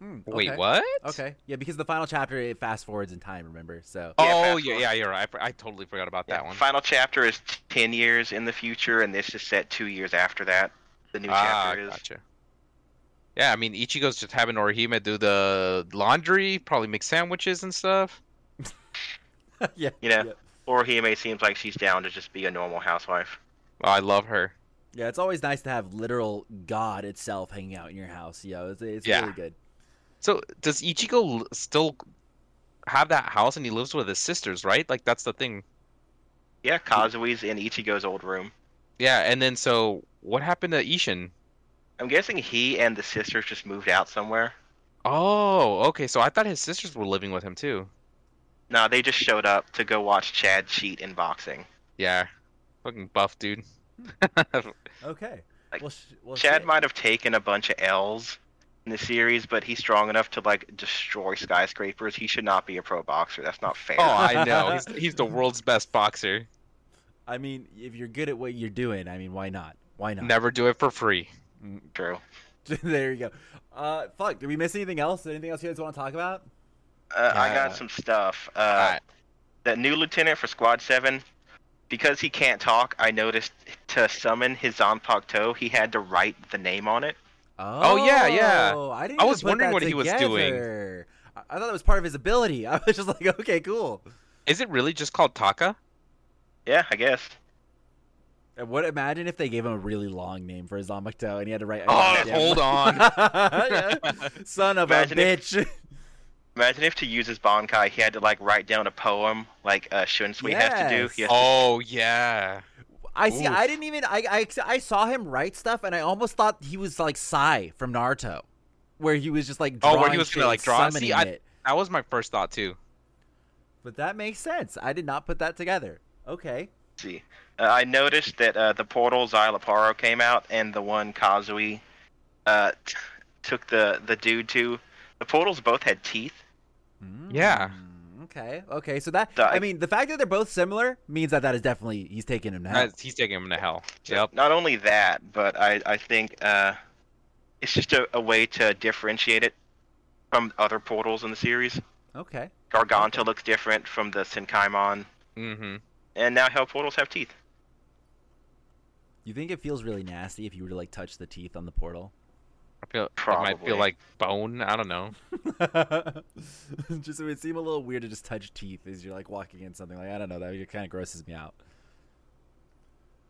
Hmm,
Wait,
okay.
what?
Okay, yeah, because the final chapter it fast forwards in time. Remember,
<laughs>
so
Oh
fast
yeah,
forward.
yeah, you're right. I, for- I totally forgot about that one.
Final chapter is ten years in the future, and this is set two years after that. The new
Ah,
chapter is.
gotcha. Yeah, I mean Ichigo's just having Orihime do the laundry, probably make sandwiches and stuff.
yeah,
You know,
Yeah.
or Hime seems like she's down to just be a normal housewife.
Oh, I love her.
yeah, it's always nice to have literal God itself hanging out in your house. Yo, it's, it's
Yeah.
really good.
So does Ichigo l- still have that house and he lives with his sisters, right? Like that's the thing.
Yeah, Kazui's in Ichigo's old room.
Yeah, and then so what happened to Ishin?
I'm guessing he and the sisters just moved out somewhere.
Oh, okay. So I thought his sisters were living with him too.
No, they just showed up to go watch Chad cheat in boxing.
Yeah. Fucking buff dude.
Okay,
Like,
well, sh- well,
Chad
shit.
might have taken a bunch of L's in the series, but he's strong enough to like destroy skyscrapers. He should not be a pro boxer. That's not fair.
<laughs> Oh, I know. He's, he's the world's best boxer.
I mean, if you're good at what you're doing, I mean, why not? Why not?
Never do it for free.
True.
<laughs> there you go. Uh, fuck. Did we miss anything else? Anything else you guys want to talk about?
Uh, I
Uh,
got some stuff. Uh,
Alright.
That new lieutenant for Squad Seven, because he can't talk, I noticed to summon his Zanpakuto, he had to write the name on it.
Oh,
yeah, yeah.
I didn't.
I
even
was
put
wondering
that
what he was doing.
together. I-, I thought that was part of his ability. <laughs> I was just like, okay, cool.
Is it really just called Taka?
Yeah, I guess.
And what? Imagine if they gave him a really long name for his Zombacto, and he had to write.
Oh,
Yeah.
hold
<laughs>
on.
Yeah. Son of
Imagine
a
if-
bitch.
Imagine if to use his Bonkai, he had to like write down a poem like uh, Shunsui has to do.
Yes.
He has to-
Oh yeah.
I see.
Oof.
I didn't even. I, I I saw him write stuff, and I almost thought he was like Sai from Naruto, where he was just like
Oh,
drawing
where he was
shit
gonna,
and
like, draw- see,
summoning
I-
it.
That was my first thought too.
But that makes sense. I did not put that together. Okay.
Let's see. Uh, I noticed that uh, the portal Xyloparo came out, and the one Kazui uh, t- took the the dude to. The portals both had teeth.
Yeah.
Mm, Okay. Okay. So that.
So
I
I-
mean, the fact that they're both similar means that that is definitely he's taking him now.
That's- He's taking him to hell. Yep.
Not only that, but I I think uh, it's just a, a way to differentiate it from other portals in the series.
Okay.
Garganta looks different from the Senkaimon,
Mm-hmm.
and now Hell portals have teeth.
You think it feels really nasty if you were to like touch the teeth on the portal? <laughs>
I feel it might
Probably.
feel like bone. I don't know.
just it would seem a little weird to just touch teeth as you're like walking in something like I don't know that kind of grosses me out.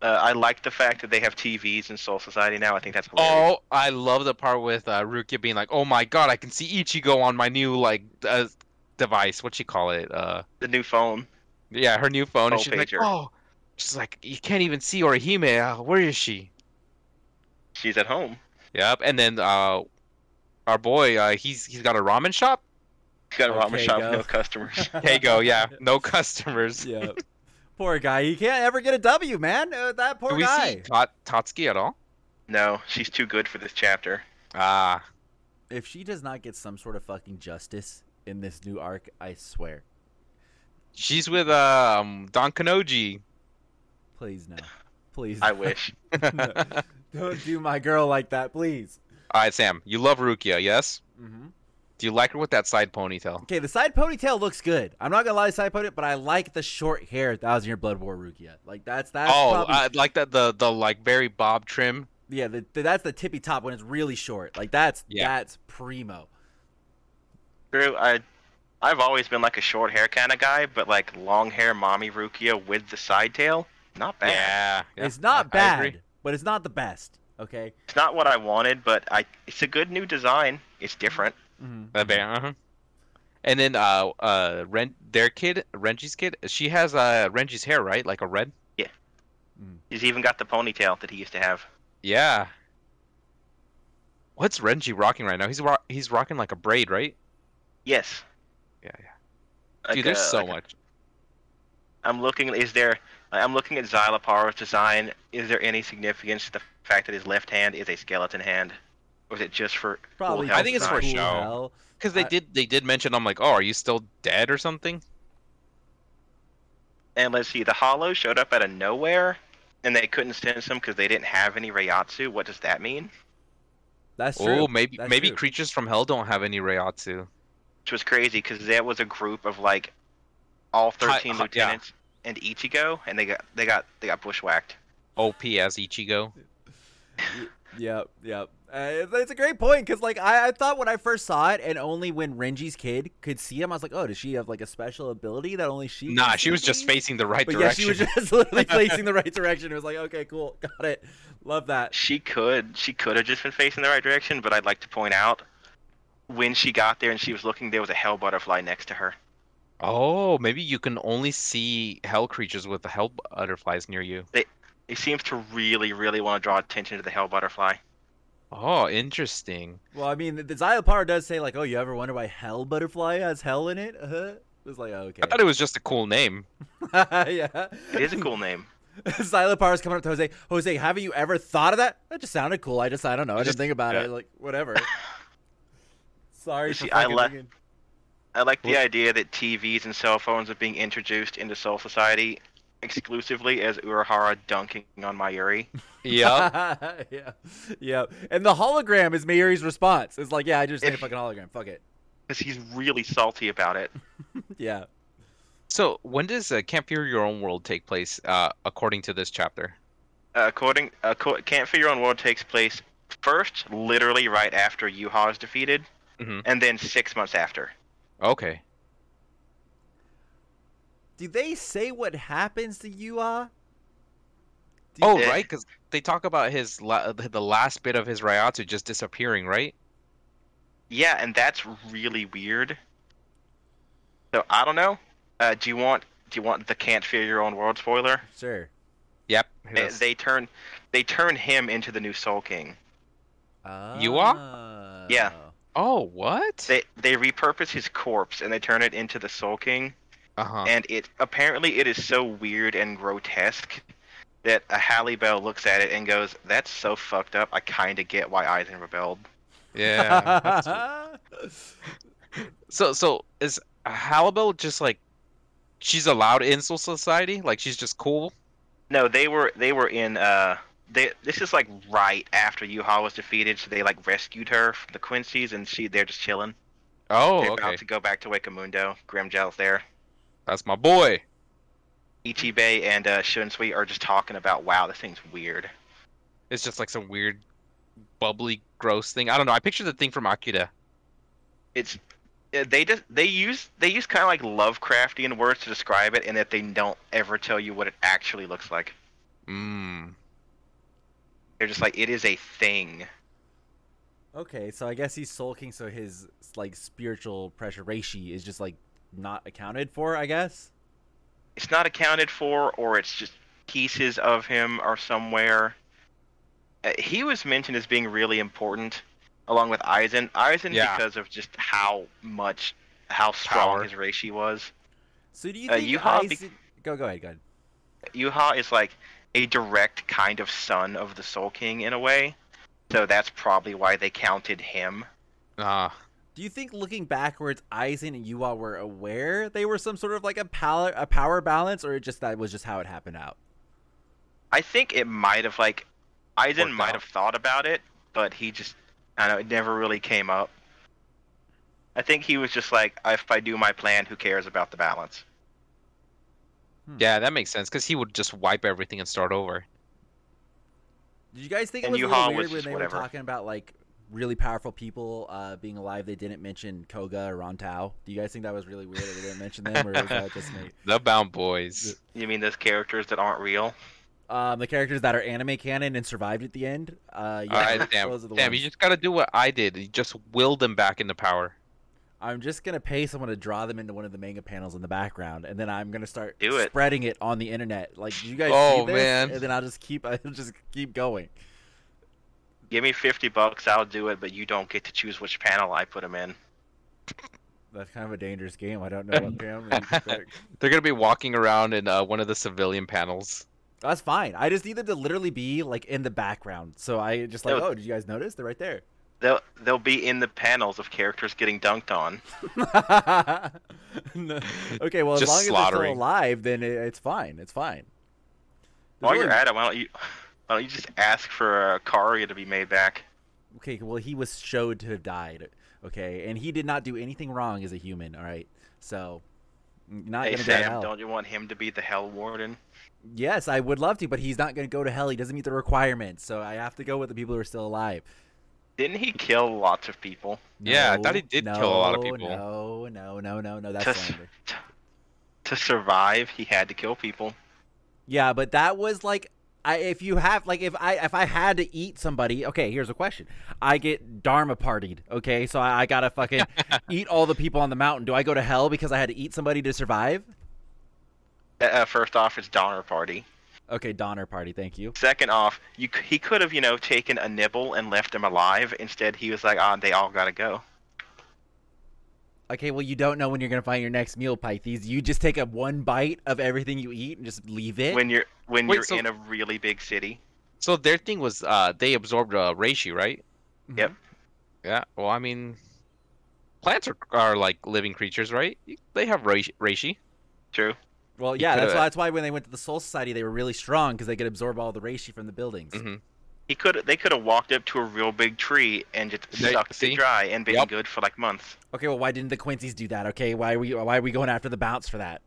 Uh, I like the fact that they have TVs in Soul Society now. I think that's hilarious.
Oh, I love the part with uh, Rukia being like, "Oh my god, I can see Ichigo on my new like uh, device. What you call it? Uh,
the new phone.
yeah, her new phone." and
Oh,
she's like,
pager.
"Oh." She's like, "You can't even see Orihime. Uh, where is she?"
She's at home.
Yep. And then uh, our boy, uh, he's he's got a ramen shop.
She's got a ramen
Okay,
shop,
go.
with no customers.
Kago, yeah, <laughs> no customers.
yeah. Poor guy. He can't ever get a W, man. Uh, that poor
Do we
guy.
see Tot- Totsuki at all?
no, she's too good for this chapter.
Ah,
If she does not get some sort of fucking justice in this new arc, I swear.
she's with um Don Kanoji.
Please no. Please.
I
no.
<laughs>
wish.
<laughs> No. Don't do my girl like that, please.
All right, Sam, you love Rukia, yes?
Mm-hmm.
Do you like her with that side ponytail?
Okay, the side ponytail looks good. I'm not gonna lie, side ponytail, but I like the short hair that was in your Blood War Rukia. Like that's that's
oh,
probably,
I like that the the like very bob trim.
yeah. The, the, that's the tippy top when it's really short. Like that's
Yeah.
that's primo.
Drew, I, I've always been like a short hair kind of guy, but like long hair mommy Rukia with the side tail, Not bad.
Yeah, yeah,
it's not
I- I
bad,
agree.
but it's not the best. Okay.
It's not what I wanted, but I it's a good new design. It's different.
Mm-hmm.
That band, uh-huh. And then uh uh Ren their kid, Renji's kid, she has uh Renji's hair, right? Like a red?
He's even got the ponytail that he used to have.
Yeah. What's Renji rocking right now? He's ro- he's rocking like a braid, right?
Yes.
Yeah, yeah.
Like
Dude, there's
a-
so
like a-
much.
I'm looking. Is there? I'm looking at Xyloparo's design. Is there any significance to the fact that his left hand is a skeleton hand, or is it just for? cool
Probably.
health
I think it's for
design?
show.
hell.
Cuz they
I-
did they did mention I'm like, "Oh, are you still dead or something?"
And let's see. The Hollow showed up out of nowhere, and they couldn't sense him because they didn't have any Rayatsu. What does that mean?
That's true.
Oh, maybe
That's
maybe
true.
creatures from hell don't have any Rayatsu.
Which was crazy because that was a group of like all 13
Hi- hi- yeah.
lieutenants and Ichigo, and they got they got they got bushwhacked.
OP as Ichigo.
Yep, yep. Uh, it's- it's a great point because, like, I, I thought when I first saw it, and only when Renji's kid could see him, I was like, "Oh, does she have like a special ability that only she?" can
Nah, she was
see?"
just facing the right
But yeah, she
direction.
was just <laughs> literally facing the right direction. It was like, "Okay, cool, <laughs> got it, love that."
She could she could have just been facing the right direction, but I'd like to point out when she got there and she was looking, there was a hell butterfly next to her.
<laughs> Oh, maybe you can only see hell creatures with the hell butterflies near you.
He seems to really, really want to draw attention to the hell butterfly.
Oh, interesting.
Well, I mean, the, the Xylopar does say like, "Oh, you ever wonder why Hell Butterfly has hell in it?" Uh-huh. It was like, "Okay,
I thought it was just a cool name.
<laughs> yeah."
It is a cool name.
<laughs> Xylopar's coming up to Jose. Jose, haven't you ever thought of that? That just sounded cool. I just, I don't know. I didn't
Just-
think about
yeah.
it. Like,
<laughs>
whatever. Sorry
You
for
see, I
fucking
le- <laughs>
thinking.
I like the
Cool.
idea that TVs and cell phones are being introduced into Soul Society exclusively as Urahara dunking on Mayuri. <laughs>
Yeah.
<laughs> yeah. Yeah. And the hologram is Mayuri's response. It's like, yeah, I just need a
If-
fucking hologram. Fuck it.
Because he's really salty about it.
Yeah.
so when does uh, Camp Fear Your Own World take place, uh, according to this chapter?
Uh, according, uh, co- Can't Figure on World takes place first, literally right after Yuha is defeated,
Mhm.
and then six months after.
Okay.
Do they say what happens to ah? Yua? Do
Oh,
Yeah.
right, because they talk about his la- the last bit of his Ryatsu just disappearing, right?
Yeah, and that's really weird. So I don't know. Uh, do you want do you want the Can't Figure Your Own World spoiler?
Sure.
Yep.
They, they turn they turn him into the new Soul King.
Yua?
Yeah.
oh, what?
They they repurpose his corpse and they turn it into the Soul King.
Uh huh.
And it apparently it is so weird and grotesque that a Halle Bell looks at it and goes, "That's so fucked up. I kind of get why Eisen rebelled."
Yeah. <laughs> that's- so so is Halibel just like she's allowed in Soul Society? Like she's just cool?
No, they were they were in uh they this is like right after Yuha was defeated, so they like rescued her from the Quincy's and she they're just chilling.
Oh,
they're
okay.
about to go back to Wakamundo. Grimgel's there.
That's my boy.
Ichibei and uh Shunsui are just talking about wow, this thing's weird.
It's just like some weird, bubbly, gross thing. I don't know. I picture the thing from Akira.
It's uh, they just they use they use kind of like Lovecraftian words to describe it, and that they don't ever tell you what it actually looks like.
Mm.
They're just like it is a thing.
<laughs> Okay, so I guess he's Soul King, so his like spiritual pressure reishi is just like not accounted for, I guess.
It's not accounted for, or it's just pieces of him are somewhere. Uh, he was mentioned as being really important, along with Aizen. Aizen
Yeah.
because of just how much how strong
Power.
his reishi was.
So do you
Uh,
think
you have
Aizen- Go go ahead, go ahead.
Yuha is like a direct kind of son of the Soul King in a way. So that's probably why they counted him.
Ah.
Do you think looking backwards, Aizen and Yua were aware they were some sort of like a power a power balance, or just that was just how it happened out?
I think it might have like Aizen
Worked
might
out.
have thought about it, but he just I don't know, it never really came up. I think he was just like, if I do my plan, who cares about the balance?
yeah, that makes sense because he would just wipe everything and start over.
Did you guys think it
And
was a
Yuha
little
was
weird when
just
they were
whatever.
talking about like really powerful people uh, being alive. They didn't mention Koga or Rontao. Do you guys think that was really weird that they didn't mention them,
<laughs>
or was
<laughs>
that just me?
The Bound Boys.
You mean those characters that aren't real?
Um, the characters that are anime canon and survived at the end. Uh, yeah,
All right, damn,
those are the
damn.
ones.
You just gotta do what I did. You just will them back into power.
I'm just gonna pay someone to draw them into one of the manga panels in the background, and then I'm gonna start
Do it.
spreading it on the internet. Like "Did you guys,
Oh,
see this?"
man.
And then I'll just keep, <laughs> I'll just keep going.
Give me fifty bucks, I'll do it, but you don't get to choose which panel I put them in.
That's kind of a dangerous game. I don't know
<laughs>
what camera. you should pick.
They're gonna be walking around in uh, one of the civilian panels.
That's fine. I just need them to literally be like in the background. So I just like,
No.
oh, did you guys notice? They're right there. <laughs>
They'll they'll be in the panels of characters getting dunked on.
No. Okay, well, as
Just
long as they're
slaughtering.
still alive, then it, it's fine. It's fine.
While
There's
you're
only-
at it, why don't you why don't you just ask for uh, Karia to be made back?
okay, well, he was showed to have died. Okay, and he did not do anything wrong as a human. All right, so n- not
Hey
gonna go to
Sam,
hell.
don't you want him to be the Hell Warden?
Yes, I would love to, but he's not gonna go to hell. He doesn't meet the requirements, so I have to go with the people who are still alive.
Didn't he kill lots of people?
yeah, I thought he
No,
did kill a lot of
no,
people.
No, no, no, no, no.
<laughs>
That's
Just-
slander.
To survive, he had to kill people.
Yeah, but that was like I if you have like if I if I had to eat somebody, okay, here's a question. I get dharma partied, okay? So I, I got to
<laughs>
fucking eat all the people on the mountain. Do I go to hell because I had to eat somebody to survive?
Uh, Uh, first off, it's Donner Party.
Okay, Donner party, thank you.
Second off, you c- he could have you know taken a nibble and left them alive. Instead, he was like, ah, they all gotta go.
Okay, well you don't know when you're going to find your next meal, Pythes. You just take a one bite of everything you eat and just leave it.
When you're when
Wait,
you're
so-
in a really big city,
So their thing was uh, they absorbed uh, reishi, right?
Yep.
Yeah. Well, I mean, plants are, are like living creatures, right? They have reishi. reishi.
true.
well,
you
yeah, that's
could've-
why that's why when they went to the Soul Society, they were really strong because they could absorb all the reishi from the buildings.
Mm-hmm.
Mhm.
He could they could have walked up to a real big tree and just
They-
sucked
see?
it dry and been
Yep.
good for like months.
Okay, well why didn't the Quincy's do that? Okay, why are we why are we going after the bounce for that?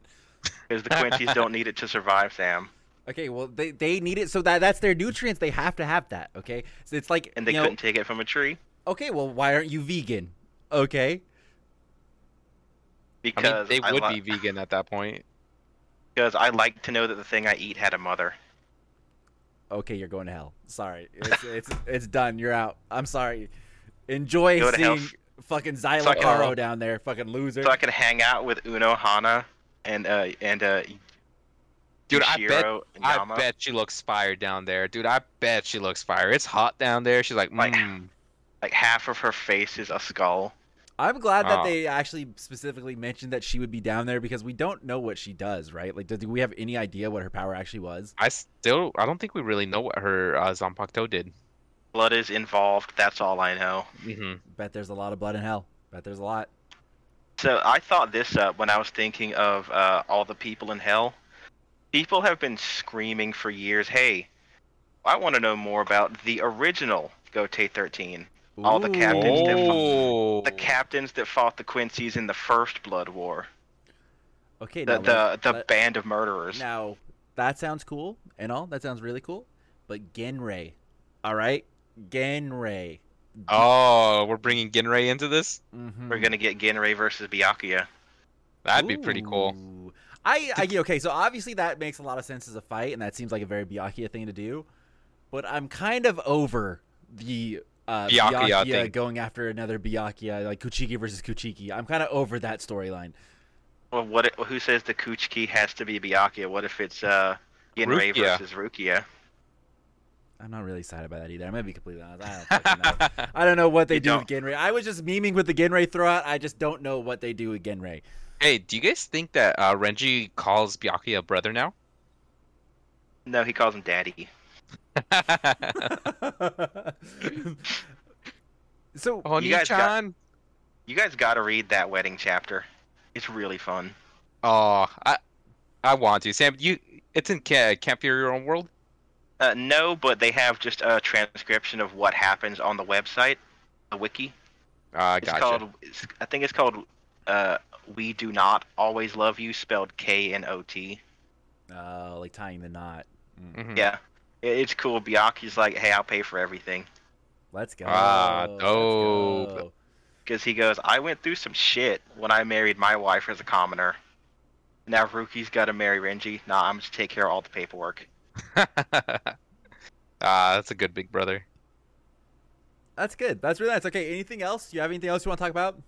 Because
<laughs>
the Quincy's don't need it to survive, Sam.
Okay, well they, they need it so that that's their nutrients. They have to have that. Okay, so it's like
And they
you know,
couldn't take it from a tree
okay, well why aren't you vegan? Okay,
I
because
mean, they would
li-
be vegan at that point.
because I like to know that the thing I eat had a mother.
okay, you're going to hell. Sorry, it's it's, it's done. You're out. I'm sorry. Enjoy
Go to hell.
seeing fucking Xyla
Suck it
Caro
up.
down there, fucking loser.
So I could hang out with Uno Hana and uh and uh
Dude, I bet
Ichiro and Yama.
I bet she looks fire down there, dude. I bet she looks fire. It's hot down there. She's like,
Like-
mm.
Like half of her face is a skull.
I'm glad that
Oh.
they actually specifically mentioned that she would be down there because we don't know what she does, right? Like, do, do we have any idea what her power actually was?
I still, I don't think we really know what her uh, Zanpakuto did.
Blood is involved. That's all I know.
hmm
Bet there's a lot of blood in hell. Bet there's a lot.
So I thought this up when I was thinking of uh, all the people in hell. People have been screaming for years, "Hey, I want to know more about the original Gotei 13, All the
Ooh.
captains did fuck-
Oh,
the captains that fought the Quincy's in the First Blood War,
Okay,
the
now
the,
let-
the
let-
band of murderers."
Now, that sounds cool and all. That sounds really cool. But Genrei, all right? Genrei.
oh, we're bringing Ginrei into this.
Mm-hmm.
We're gonna get Ginrei versus Byakuya.
That'd be pretty cool.
I, I yeah, okay, so obviously that makes a lot of sense as a fight, and that seems like a very Byakuya thing to do. But I'm kind of over the uh,
Byakuya
Byakuya,
thing.
going after another Byakuya, like Kuchiki versus Kuchiki. I'm kind of over that storyline.
Well, what? i- Who says the Kuchiki has to be Byakuya? What if it's uh, Ginrei
Rukia.
versus Rukia?
I'm not really excited about that either. I'm gonna be completely honest.
<laughs>
I don't fucking know. I don't know what they
You
do
don't.
with Genrei. I was just memeing with the Genrei throughout. I just don't know what they do with
<laughs>
Genrei.
Hey, do you guys think that uh, Renji calls Byakuya brother now? <laughs>
No, he calls him Daddy.
<laughs> so
oh,
You guys got-
Chan.
You guys gotta read that wedding chapter. It's really fun.
Oh, I, I want to. Sam, you, it's in Ca- Camp for Your Own World.
Uh, no, but they have just a transcription of what happens on the website, the wiki.
Uh,
It's
gotcha.
called. It's, I think it's called. Uh, we do not always love you, spelled K and O T.
Oh, like tying the knot.
Mhm.
Yeah, It- it's cool. Byakuya's like, hey, I'll pay for everything.
Let's go.
Ah,
Let's
dope.
go.
because he goes, I went through some shit when I married my wife as a commoner. Now Rookie's got to marry Renji. Nah, I'm just take care of all the paperwork.
ah, <laughs> that's a good big brother.
That's good. That's really nice. Okay, anything else? You have anything else you want to talk about?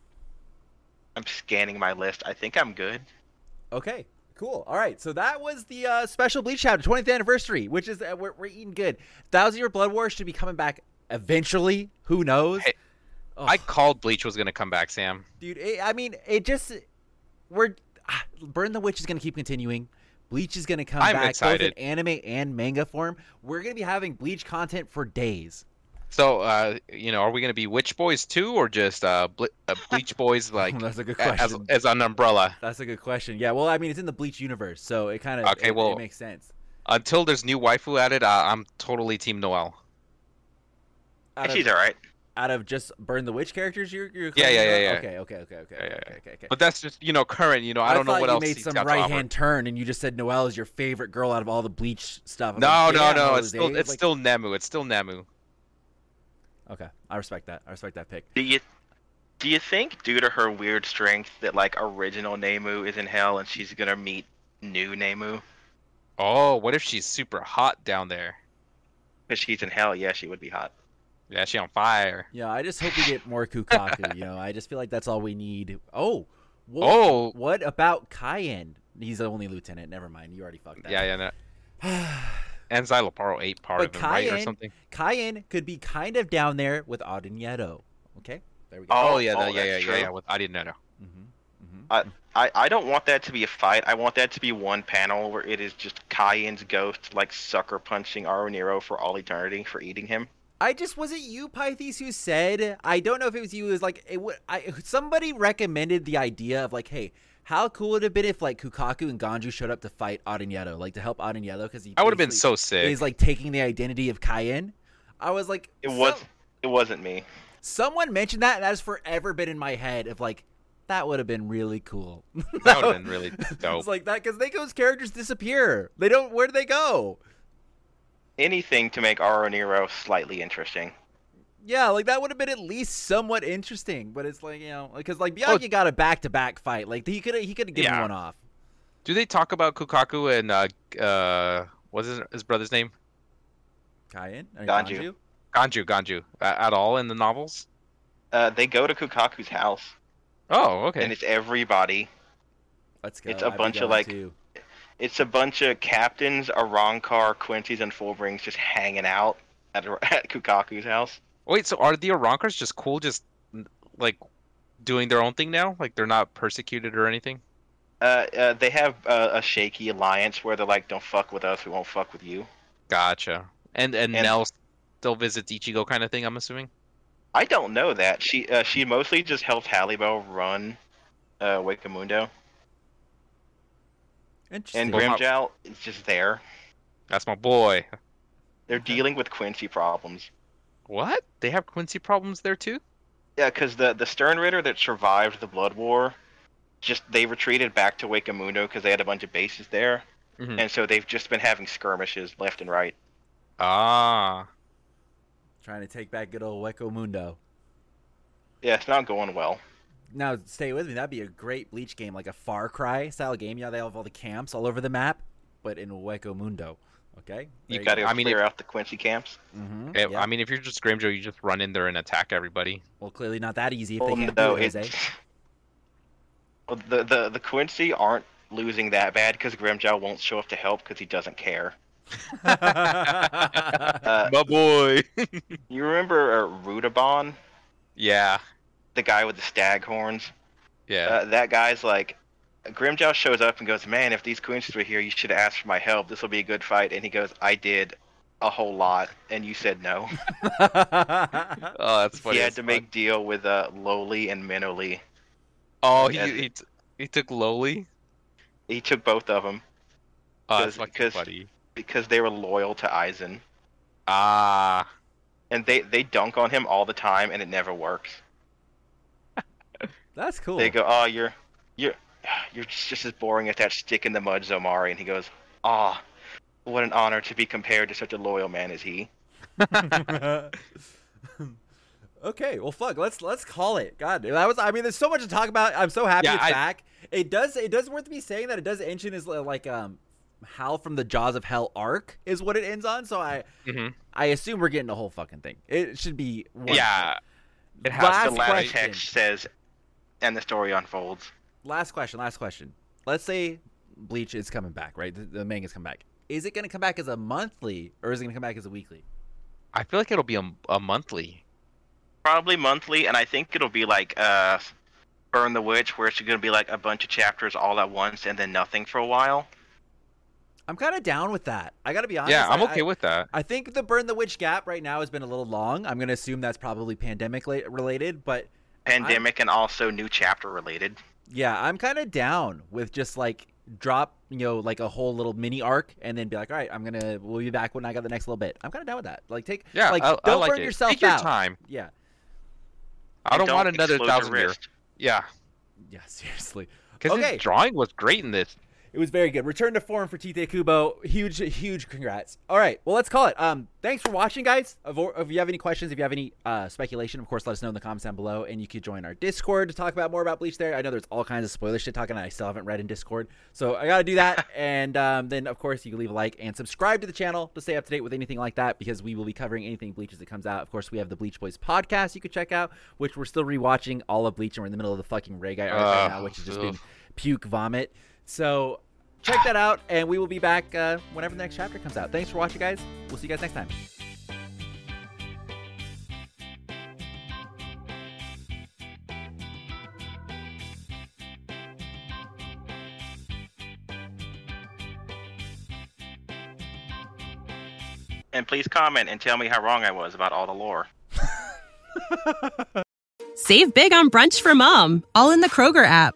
I'm scanning my list. I think I'm good.
Okay, cool. All right, so that was the uh, special Bleach chapter, 20th anniversary, which is uh, we're, we're eating good. Thousand Year Blood War should be coming back eventually. Who knows?
Hey,
Ugh,
I called Bleach was gonna come back, Sam.
dude, it, I mean, it just we're ah, Burn the Witch is gonna keep continuing. Bleach is gonna come
I'm
back
excited.
both in anime and manga form. We're gonna be having Bleach content for days. <laughs>
So, uh, you know, are we gonna be Witch Boys too, or just uh, Ble- uh Bleach
<laughs>
Boys like
That's a good
a- as,
question.
as an umbrella?
That's a good question. Yeah, well, I mean, it's in the Bleach universe, so it kind of
Okay,
it,
well-
it makes sense.
Until there's new waifu added, uh, I'm totally Team Noel.
Out of,
She's all right.
out of just Burn the Witch characters, you're, you're
Yeah, yeah,
claiming?
yeah, yeah.
Okay, okay, okay, okay,
Yeah, yeah,
okay,
yeah.
okay, okay.
But that's just you know current. You know, I don't know
thought
what
you
else
made
he's
some
got to
right
offer.
hand turn and you just said Noelle is your favorite girl out of all the Bleach stuff. I'm
No,
like,
no,
"Damn,
no.
Jose."
It's still it's
Like-
still Nemu. It's still Nemu.
okay. I respect that. I respect that pick.
Do you do you think due to her weird strength that like original Nemu is in hell and she's gonna meet new Nemu?
Oh, what if she's super hot down there?
Because she's in hell, yeah, she would be hot.
Yeah, she on fire.
Yeah, I just hope we get more
<laughs>
Kukaku. you know, I just feel like that's all we need. Oh, wha-
Oh.
what about Cayenne? He's the only lieutenant. Never mind. You already fucked that.
Yeah, yeah. No. and Xyloparo ate part
But
of him, right, or
Cayenne-
something.
<sighs> Cayenne could be kind of down there with Audinieto. Okay, there we go.
Oh, yeah,
oh,
the- yeah, yeah,
that's
yeah,
true.
yeah. With I didn't know.
Mm-hmm. Mm-hmm.
I, I don't want that to be a fight. I want that to be one panel where it is just Cayenne's ghost like sucker punching Aroniro for all eternity for eating him.
I just was it you, Pythes, who said I don't know if it was you. It was like it would. I somebody recommended the idea of like, hey, how cool would it have been if like Kukaku and Ganju showed up to fight Aranyeto, like to help Aranyeto because he
I would have been
basically
so sick.
is like taking the identity of Cayenne. I was like,
It
so-
was it wasn't me.
someone mentioned that, and that has forever been in my head of like that would have been really cool. <laughs>
that would have been really dope.
it's like that because Neko's characters disappear. They don't. Where do they go?
Anything to make Aroniro slightly interesting.
Yeah, like that would have been at least somewhat interesting, but it's like you know, because like Bianchi got a back to back fight, like he could he could have given
Yeah.
one off.
Do they talk about Kukaku and uh, uh, what's his, his brother's name?
Kaien, I mean,
Ganju.
Ganju?
Ganju, Ganju, uh, at all in the novels?
Uh, they go to Kukaku's house
Oh, okay.
and it's everybody.
Let's go.
It's a
I'd be
bunch
going
of, like,
too.
It's a bunch of captains, Arankar, Quincy's, and Fulbrings just hanging out at, <laughs> at Kukaku's house.
Wait, so are the Oronkars just cool, just like doing their own thing now? Like they're not persecuted or anything?
Uh, uh, they have uh, a shaky alliance where they're like, "Don't fuck with us, we won't fuck with you."
Gotcha. And and,
And-
Nell still visits Ichigo, kind of thing. I'm assuming.
I don't know that she uh, she mostly just helped Halliwell run uh, Wakamundo,
Interesting.
and
Well, how-
Grimjow is just there.
That's my boy.
They're dealing with Quincy problems.
What? They have Quincy problems there too?
Yeah, because the the Stern Ritter that survived the Blood War, just they retreated back to Wakamundo because they had a bunch of bases there,
Mhm.
and so they've just been having skirmishes left and right.
Ah,
Trying to take back good old Weko Mundo.
Yeah, it's not going well.
Now stay with me. That'd be a great Bleach game, like a Far Cry style game. Yeah, they have all the camps all over the map, but in Weko Mundo. Okay.
You
You got to
I mean,
clear out the Quincy camps.
Mm-hmm.
Mm,
Eh, I mean, if you're just Grimjo, you just run in there and attack everybody.
well, clearly not that easy if they
Well,
can't
no,
do it, Jose.
<laughs>
<laughs>
it's well, the the the Quincy aren't losing that bad because Grimjow won't show up to help because he doesn't care. Uh,
my
<laughs>
boy. <laughs>
you remember uh, Rudabon,
yeah,
the guy with the stag horns?
yeah.
Uh, that guy's like, Grimjow shows up and goes, "Man, if these Quincy's were here, you should have asked for my help. This will be a good fight." And he goes, "I did." A whole lot, and you said no.
oh, that's
<laughs>
funny.
he had
as
to
fuck.
make deal with uh, Lowly and Minoli.
Oh, he
Yeah.
he, t- he took Lowly.
He took both of them
Oh,
Because-
that's fucking
because-
funny.
because they were loyal to Aizen.
Ah,
and they they dunk on him all the time and it never works
That's cool.
they go oh you're you're you're just as boring as that stick in the mud zomari and he goes ah what an honor to be compared to such a loyal man as he
That's Okay, well, fuck. Let's let's call it. God, that was. I mean, there's so much to talk about. I'm so happy
Yeah,
it's
I-
back. It does. It does worth me saying that it does mention is li- like um Hal from the Jaws of Hell arc is what it ends on. So I
Mhm.
I assume we're getting the whole fucking thing. It should be wonderful.
Yeah, it has
Last
to
the last
question.
text says, and the story unfolds.
Last question. Last question. Let's say Bleach is coming back, right? The, the manga's coming back. Is it gonna come back as a monthly or is it gonna come back as a weekly?
I feel like it'll be a, a monthly.
Probably monthly, and I think it'll be like uh, Burn the Witch, where it's going to be like a bunch of chapters all at once and then nothing for a while.
I'm kind of down with that. I gotta be honest.
yeah, I'm
I-
okay
I-
with that.
I think the burn the witch gap right now has been a little long. I'm gonna assume that's probably pandemic la- related, but
Pandemic and also new chapter related.
yeah, I'm kind of down with just like drop, you know, like a whole little mini arc, and then be like, all right, I'm gonna we'll be back when I got the next little bit. I'm kind of down with that. Like take
Yeah,
like
I,
don't
I like
burn
it.
yourself
Take your
out.
time.
Yeah,
I
And
don't, want another
explode your
thousand year.
wrist.
Yeah,
yeah, <laughs> seriously.
because
Okay.
his drawing was great in this.
It was very good. Return to form for Tite Kubo. Huge, huge congrats. All right, well, let's call it. Um, thanks for watching, guys. If, if you have any questions, if you have any uh, speculation, of course, let us know in the comments down below. And you could join our Discord to talk about more about Bleach there. I know there's all kinds of spoiler shit talking that I still haven't read in Discord. So I got to do that. and um, then, of course, you can leave a like and subscribe to the channel to stay up to date with anything like that because we will be covering anything Bleach as it comes out. Of course, we have the Bleach Boys podcast you could check out, which we're still rewatching all of Bleach and we're in the middle of the fucking Ray Guy arc right
Ugh,
now, which has just
ugh.
been puke vomit. So check that out, and we will be back uh, whenever the next chapter comes out. Thanks for watching, guys. We'll see you guys next time.
And please comment and tell me how wrong I was about all the lore.
Save big on brunch for mom, all in the Kroger app.